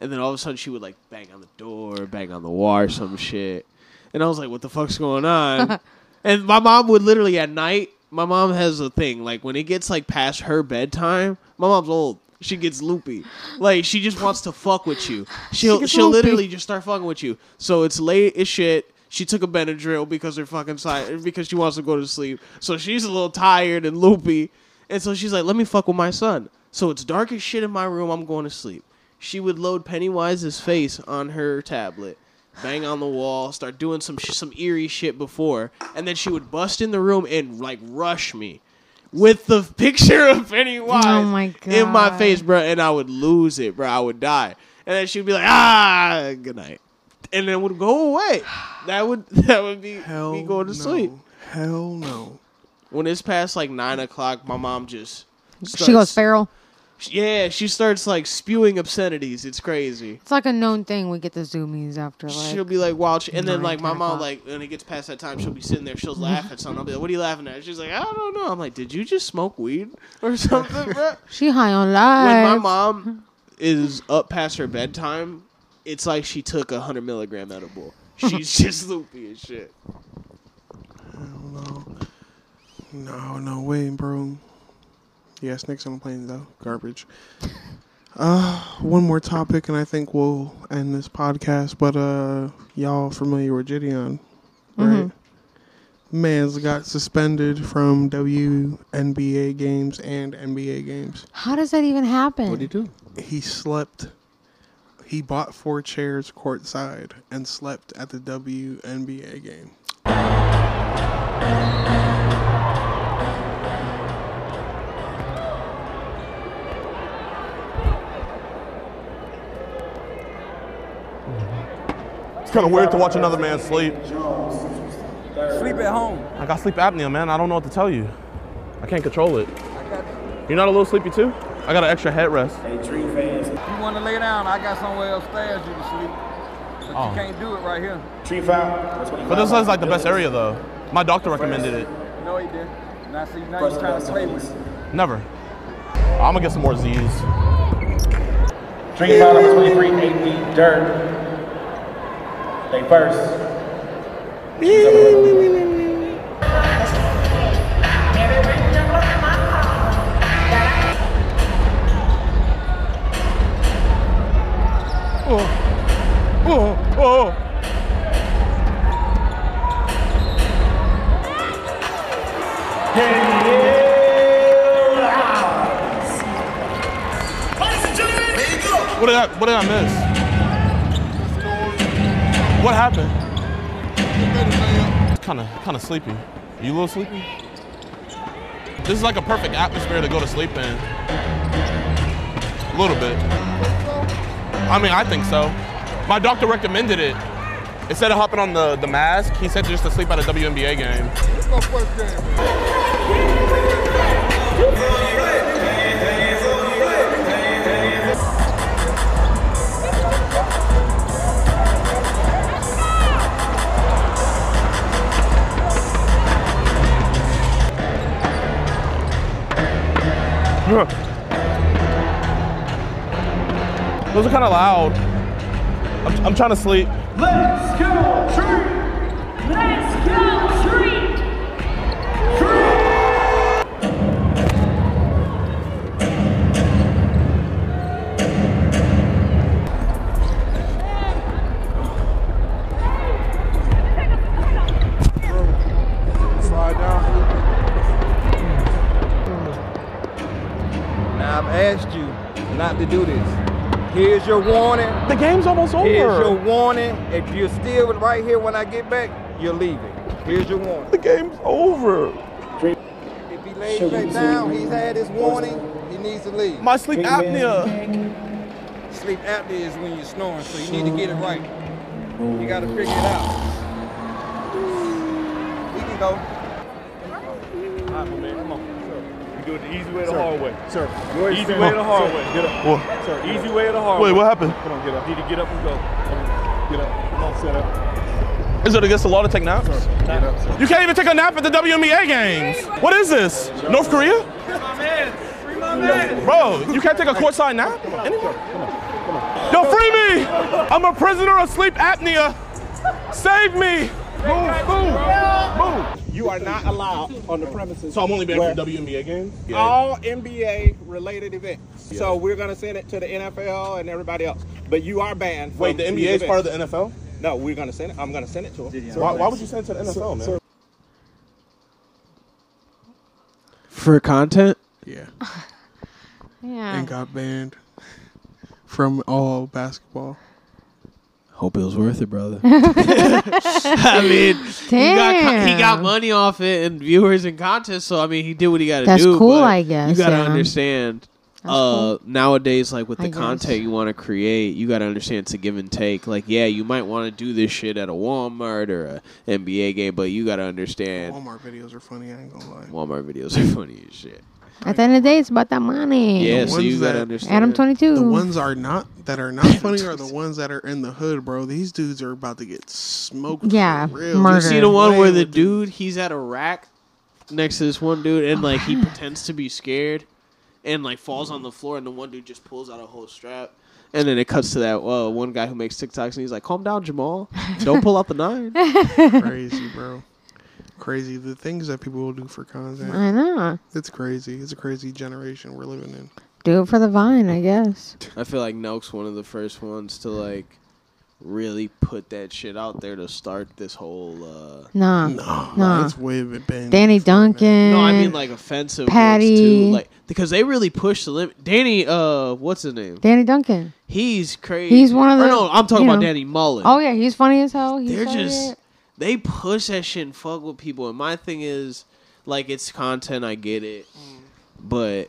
D: and then all of a sudden she would like bang on the door, bang on the wall, or some shit. And I was like, "What the fuck's
C: [LAUGHS]
D: going on?" and my mom would literally at night. My mom has a thing like when it gets like past her bedtime. My mom's old. She gets loopy.
C: [LAUGHS]
D: Like she just wants to fuck with you. She'll
C: gets
D: she'll
C: loopy.
D: literally just start fucking with you. So it's late as shit. She took a Benadryl because her fucking side because she wants to go to sleep. So she's a little tired and loopy, and so she's like, "Let me fuck with my son." So it's dark as shit in my room. I'm going to sleep. She would load Pennywise's face on her tablet, bang on the wall, start doing some sh- some eerie shit before, and then she would bust in the room and like rush me with the [LAUGHS] picture of Pennywise
C: Oh my
D: in my
C: God.
D: face, bro, and I would lose it, bro. I would die, and then she'd be like, "Ah, good night," and then it would
C: [SIGHS]
D: go away. That would [LAUGHS] that would be me going to sleep.
B: Hell no.
D: When it's past like nine o'clock, my mom just
C: She goes feral.
D: yeah, she starts like spewing obscenities. It's crazy.
C: It's like a known thing. We get the zoomies after like.
D: she'll be like wild, sh- and then
C: nine,
D: like my
C: 10
D: mom,
C: o'clock.
D: like when it gets past that time, she'll be sitting there, she'll laugh at something. I'll be like, "What are you laughing at?" She's like, "I don't know." I'm like, "Did you just smoke weed or [LAUGHS] something, bro?"
C: She high on
D: when
C: life.
D: my mom is up past her bedtime, it's like she took a hundred milligram edible. She's [LAUGHS]
B: [LAUGHS]
D: just loopy as shit.
B: No, no way, bro. Yeah, snakes on planes though. Garbage. Uh, one more topic, and I think we'll end this podcast. But uh, y'all familiar with Gideon, right? Man's got suspended from WNBA games and NBA games.
C: How does that even happen?
B: do? He slept. He bought four chairs courtside and slept at the WNBA game.
N: It's kind of weird to watch another man sleep.
O: Sleep at home.
N: I got sleep apnea, man. I don't know what to tell you. I can't control it. You're not a little sleepy too? I got an extra headrest.
O: You want to lay down? I got somewhere upstairs you can sleep. But
N: Oh.
O: you can't do it right here.
N: Tree But this is like the best area though. My doctor recommended it.
O: No, he did. Now see, now you're trying to play with it.
N: Never. I'm gonna get some more Z's.
P: Dream bottom 23, 8 feet dirt. They first.
N: Oh, oh. What did I what did I miss? What happened? Kinda kinda sleepy. You a little sleepy? This is like a perfect atmosphere to go to sleep in. A little bit. I mean I think so. My doctor recommended it. Instead of hopping on the, the mask, he said just to sleep at a WNBA game. [LAUGHS] Those are kind of loud. I'm, I'm trying to sleep.
F: Let's go, tree! Let's go, tree!
O: Slide down. Now I've asked you not to do this. Here's your warning.
N: The game's almost over.
O: Here's your warning. If you're still right here when I get back, you're leaving. Here's your warning.
N: The game's over.
O: If he lays back down, he's had his warning. He needs to leave.
N: My sleep apnea.
O: Sleep apnea is when you're snoring, so you need to get it right. You gotta figure it out. We can go. All right, my man, come on. You do it the easy way,
N: the hard way.
O: Sir,
N: Easy way or the hard way?
O: Get
N: up.
O: What? Sir, easy way or the hard
N: Wait,
O: way?
N: what happened?
O: Come on, get up. Need to get up and go. Come on, Get up. Come on, sit up.
N: Is it against the law to take naps?
O: Get up, sir.
N: You can't even take a nap at the WNBA games. What is this? North Korea? Bro, you can't take a courtside nap? Anywhere? Yo, free me! I'm a prisoner of sleep apnea. Save me! Move, move, move!
Q: You are not allowed on the premises.
N: So I'm only banned
Q: where
N: from WNBA games?
Q: All NBA related events.
N: Yeah.
Q: So we're gonna send it to the NFL and everybody else. But you are banned.
N: Wait, the NBA is part of the NFL?
Q: No, we're gonna send it. I'm gonna send it to him.
N: Why, why would you send it to the NFL, man?
D: For content?
B: Yeah.
C: [LAUGHS] Yeah.
B: and got banned from all basketball.
D: Hope it was worth
C: [LAUGHS]
D: it, brother.
F: [LAUGHS]
D: [LAUGHS] I mean, he got, co- he got
C: Damn.
D: money off it and viewers and contests. So I mean, he did what he got to do.
C: That's cool,
D: but
C: I guess,
D: You got to
C: yeah.
D: understand. Uh, nowadays, like with the
C: I guess.
D: content you want to create, you got to understand it's a give and take. Like, yeah, you might want to do this shit at a Walmart or a NBA game, but you got to understand
B: Walmart [LAUGHS] videos are funny. I ain't gonna lie.
D: Walmart videos are [LAUGHS] funny as shit.
C: At the end of the day, it's about that money.
D: Yeah, so you got to understand.
C: Adam twenty two.
B: The ones are not
C: [LAUGHS]
B: that are not funny are the ones that are in the hood, bro. These dudes are about to get smoked. for
C: Yeah,
B: real.
D: You see the one where the dude he's at a [LAUGHS] rack next to this one dude and like
C: [LAUGHS]
D: he pretends to be scared and like falls on the floor and the one dude just pulls out a whole strap and then it cuts to that uh, one guy who makes TikToks and he's like, "Calm down, Jamal. Don't pull out
C: [LAUGHS]
D: the nine.
B: crazy, bro. Crazy. The things that people will do for content.
C: I know.
B: It's crazy. It's a crazy generation we're living in.
C: Do it for the vine, I guess.
D: I feel like Nelk's one of the first ones to like really put that shit out there to start this whole. uh
C: Nah.
B: Nah,
C: Nah.
B: it's way been.
C: Danny Duncan.
D: No, I mean like offensive
C: Patty.
D: ones too, like because they really push the limit. Danny, uh, what's his name?
C: Danny Duncan.
D: He's crazy.
C: He's one of
D: Or
C: the-
D: no, I'm talking
C: you
D: about
C: know.
D: Danny Mullen.
C: Oh yeah, he's funny as hell. He's
D: they're
C: so
D: just
C: good.
D: they push that shit and fuck with people. And my thing is, like, it's content. I get it,
C: Mm.
D: but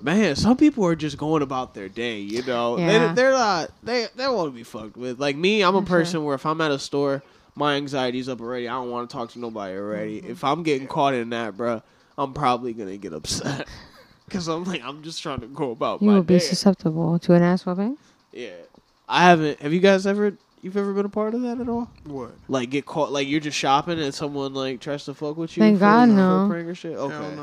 D: man, some people are just going about their day. You know,
N: Yeah.
D: they, they're not. They they won't be fucked with. Like me, I'm a person where if I'm at a store, my anxiety's up already. I don't want to talk to nobody already.
C: Mm-hmm.
D: If I'm getting caught in that, bruh, I'm probably gonna get upset. [LAUGHS] Cause I'm like I'm just trying to go about
C: You
D: Oh my
C: will be
D: day.
C: susceptible to an ass whooping.
D: Yeah. I haven't. Have you guys ever? You've ever been a part of that at all?
B: What?
D: Like get caught? Like you're just shopping and someone like tries to fuck with you?
C: Thank
D: for,
C: God,
D: for
C: no.
D: prank or shit? Okay.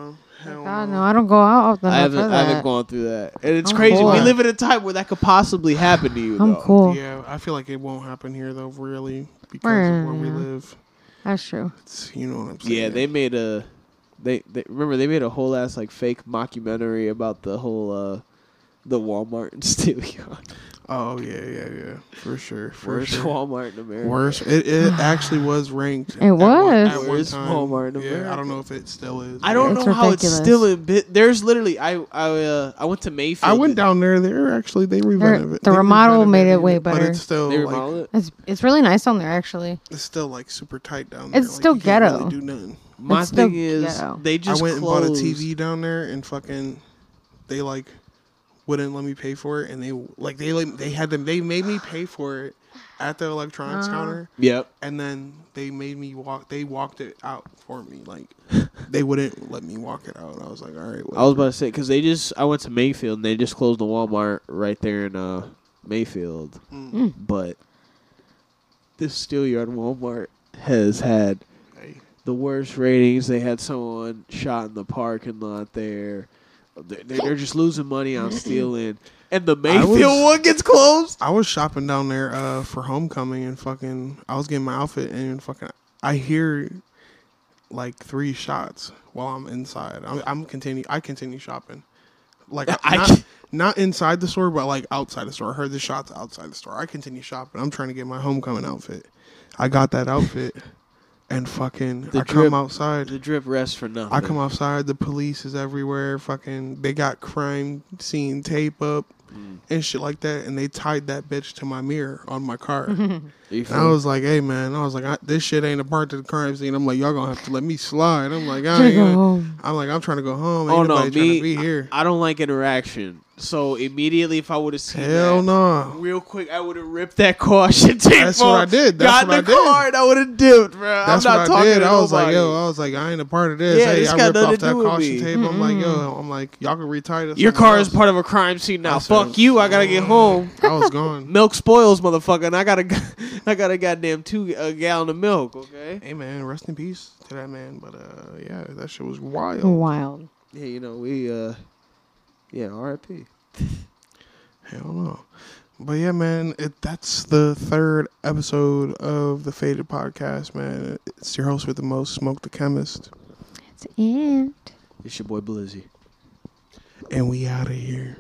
C: God no, I don't go out often.
D: I
C: enough
D: haven't.
C: for
D: I haven't
C: that.
D: gone through that, and it's
C: I'm
D: crazy. We
C: bored.
D: live in a time where that could possibly happen to you.
C: I'm
D: though.
C: cool.
B: Yeah, I feel like it won't happen here though, really, because of where we
C: Yeah.
B: live.
C: That's true.
B: It's, you know what I'm saying?
D: Yeah, they made a. They, they remember they made a whole ass like fake mockumentary about the whole uh the Walmart [LAUGHS] and Steelion.
B: Oh yeah, yeah, yeah, for sure, for
D: Worst
B: sure.
D: Walmart in America.
B: Worst. It,
C: [SIGHS]
B: it actually was ranked.
D: It was. Worst
B: Walmart.
D: in
B: Yeah, I don't
D: America.
B: know if it still is.
D: I don't
B: but-
D: know how it's still in. Bit, there's literally I I uh, I went to Mayfield.
B: I went down there. They were actually they revived it.
C: The
B: They
C: remodel
B: revived
C: made it
B: and-
C: way
B: but
C: better.
B: it's still
D: They
B: like,
D: remodeled
C: It's it's really nice on there actually.
B: it's still like super tight down there.
C: It's
B: like,
C: still
B: you can't really
C: ghetto.
B: do nothing.
D: My
C: It's still
D: thing is
C: ghetto.
D: they just
B: I went and bought a
D: closed-
B: TV down there and fucking they like wouldn't let me pay for it and they like they like, they had them they made me pay for it at the electronics
D: Uh-huh.
B: counter.
D: Yep.
B: And then they made me walk they walked it out for me like they wouldn't let me walk it out. I was like, "All right,
D: I was about to say because they just I went to Mayfield and they just closed the Walmart right there in uh Mayfield,
B: Mm.
D: but this Steelyard Walmart has had the worst ratings. They had someone shot in the parking lot there. They- they- They're just losing money on stealing, and the
B: I was-
D: Mayfield one gets closed.
B: I was shopping down there uh, for homecoming and fucking. I was getting my outfit and fucking. I hear like three shots while I'm inside. I'm, I'm continue. I continue shopping. Like
D: [LAUGHS] I
B: not, not inside the store, but like outside the store. I heard the shots outside the store. I continue shopping. I'm trying to get my homecoming outfit. I got that outfit, and fucking.
D: The
B: I
D: drip-
B: come outside.
D: The drip rests for nothing.
B: I come outside, the police is everywhere. Fucking, they got crime scene tape up
D: Mm.
B: and shit like that, and they tied that bitch to my mirror on my car. and
D: [LAUGHS] You
B: I
D: feel-
B: was like, "Hey, man," I was like, I, "This shit ain't a part of the crime scene." I'm like, "Y'all gonna have to let me slide." I'm like, I
D: Trying to
B: ain't
D: go
B: gonna-
D: home.
B: I'm like, I'm trying to go home.
D: Oh
B: Ain't
D: no,
B: nobody trying to be
D: me!
B: here.
D: I, I don't like interaction. So immediately, if I would have seen
B: Hell
D: that,
B: no.
D: real quick, I would have ripped that caution tape.
B: That's what I
D: off,
B: did. That's
D: got
B: what I
D: in the
B: did.
D: car and I would have dipped, bro.
B: That's
D: I'm not
B: what
D: talking
B: I did.
D: to
B: I was like,
D: nobody.
B: "Yo," I was like, "I ain't a part of this."
D: Yeah,
B: hey,
D: this
B: I
D: got
B: ripped
D: nothing
B: off
D: to
B: that
D: do with
B: caution
D: me. Mm-hmm.
B: tape. I'm like, "Yo," I'm like, "Y'all can retie this."
D: Your
B: somewhere
D: car is
B: else."
D: part of a crime scene now.
B: That's what
D: Fuck you! I gotta get home.
B: mm, [LAUGHS] I was
D: [LAUGHS]
B: gone.
D: milk spoils, motherfucker, and I got a, [LAUGHS] I got a goddamn two a gallon of milk. Okay.
B: Hey man, rest in peace to that man. But uh, yeah, that shit was wild.
C: Wild.
D: Yeah, you know we, uh yeah, R.I.P.
B: Hell no. But yeah, man, it, that's the third episode of the Faded Podcast, man. It's your host with the most, Smoke the Chemist.
C: It's in.
D: It's your boy Blizzy.
B: And we out of here.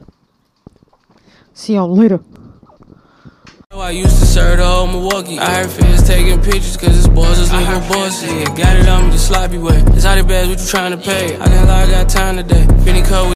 C: See y'all later.
A: Yo, I used to serve the whole Milwaukee. I heard fans taking pictures cause it's boys is legal bosses. Yeah, got it on me the sloppy way. It's out of bags, what you trying to pay? I got a lot, I got time today. Finny Code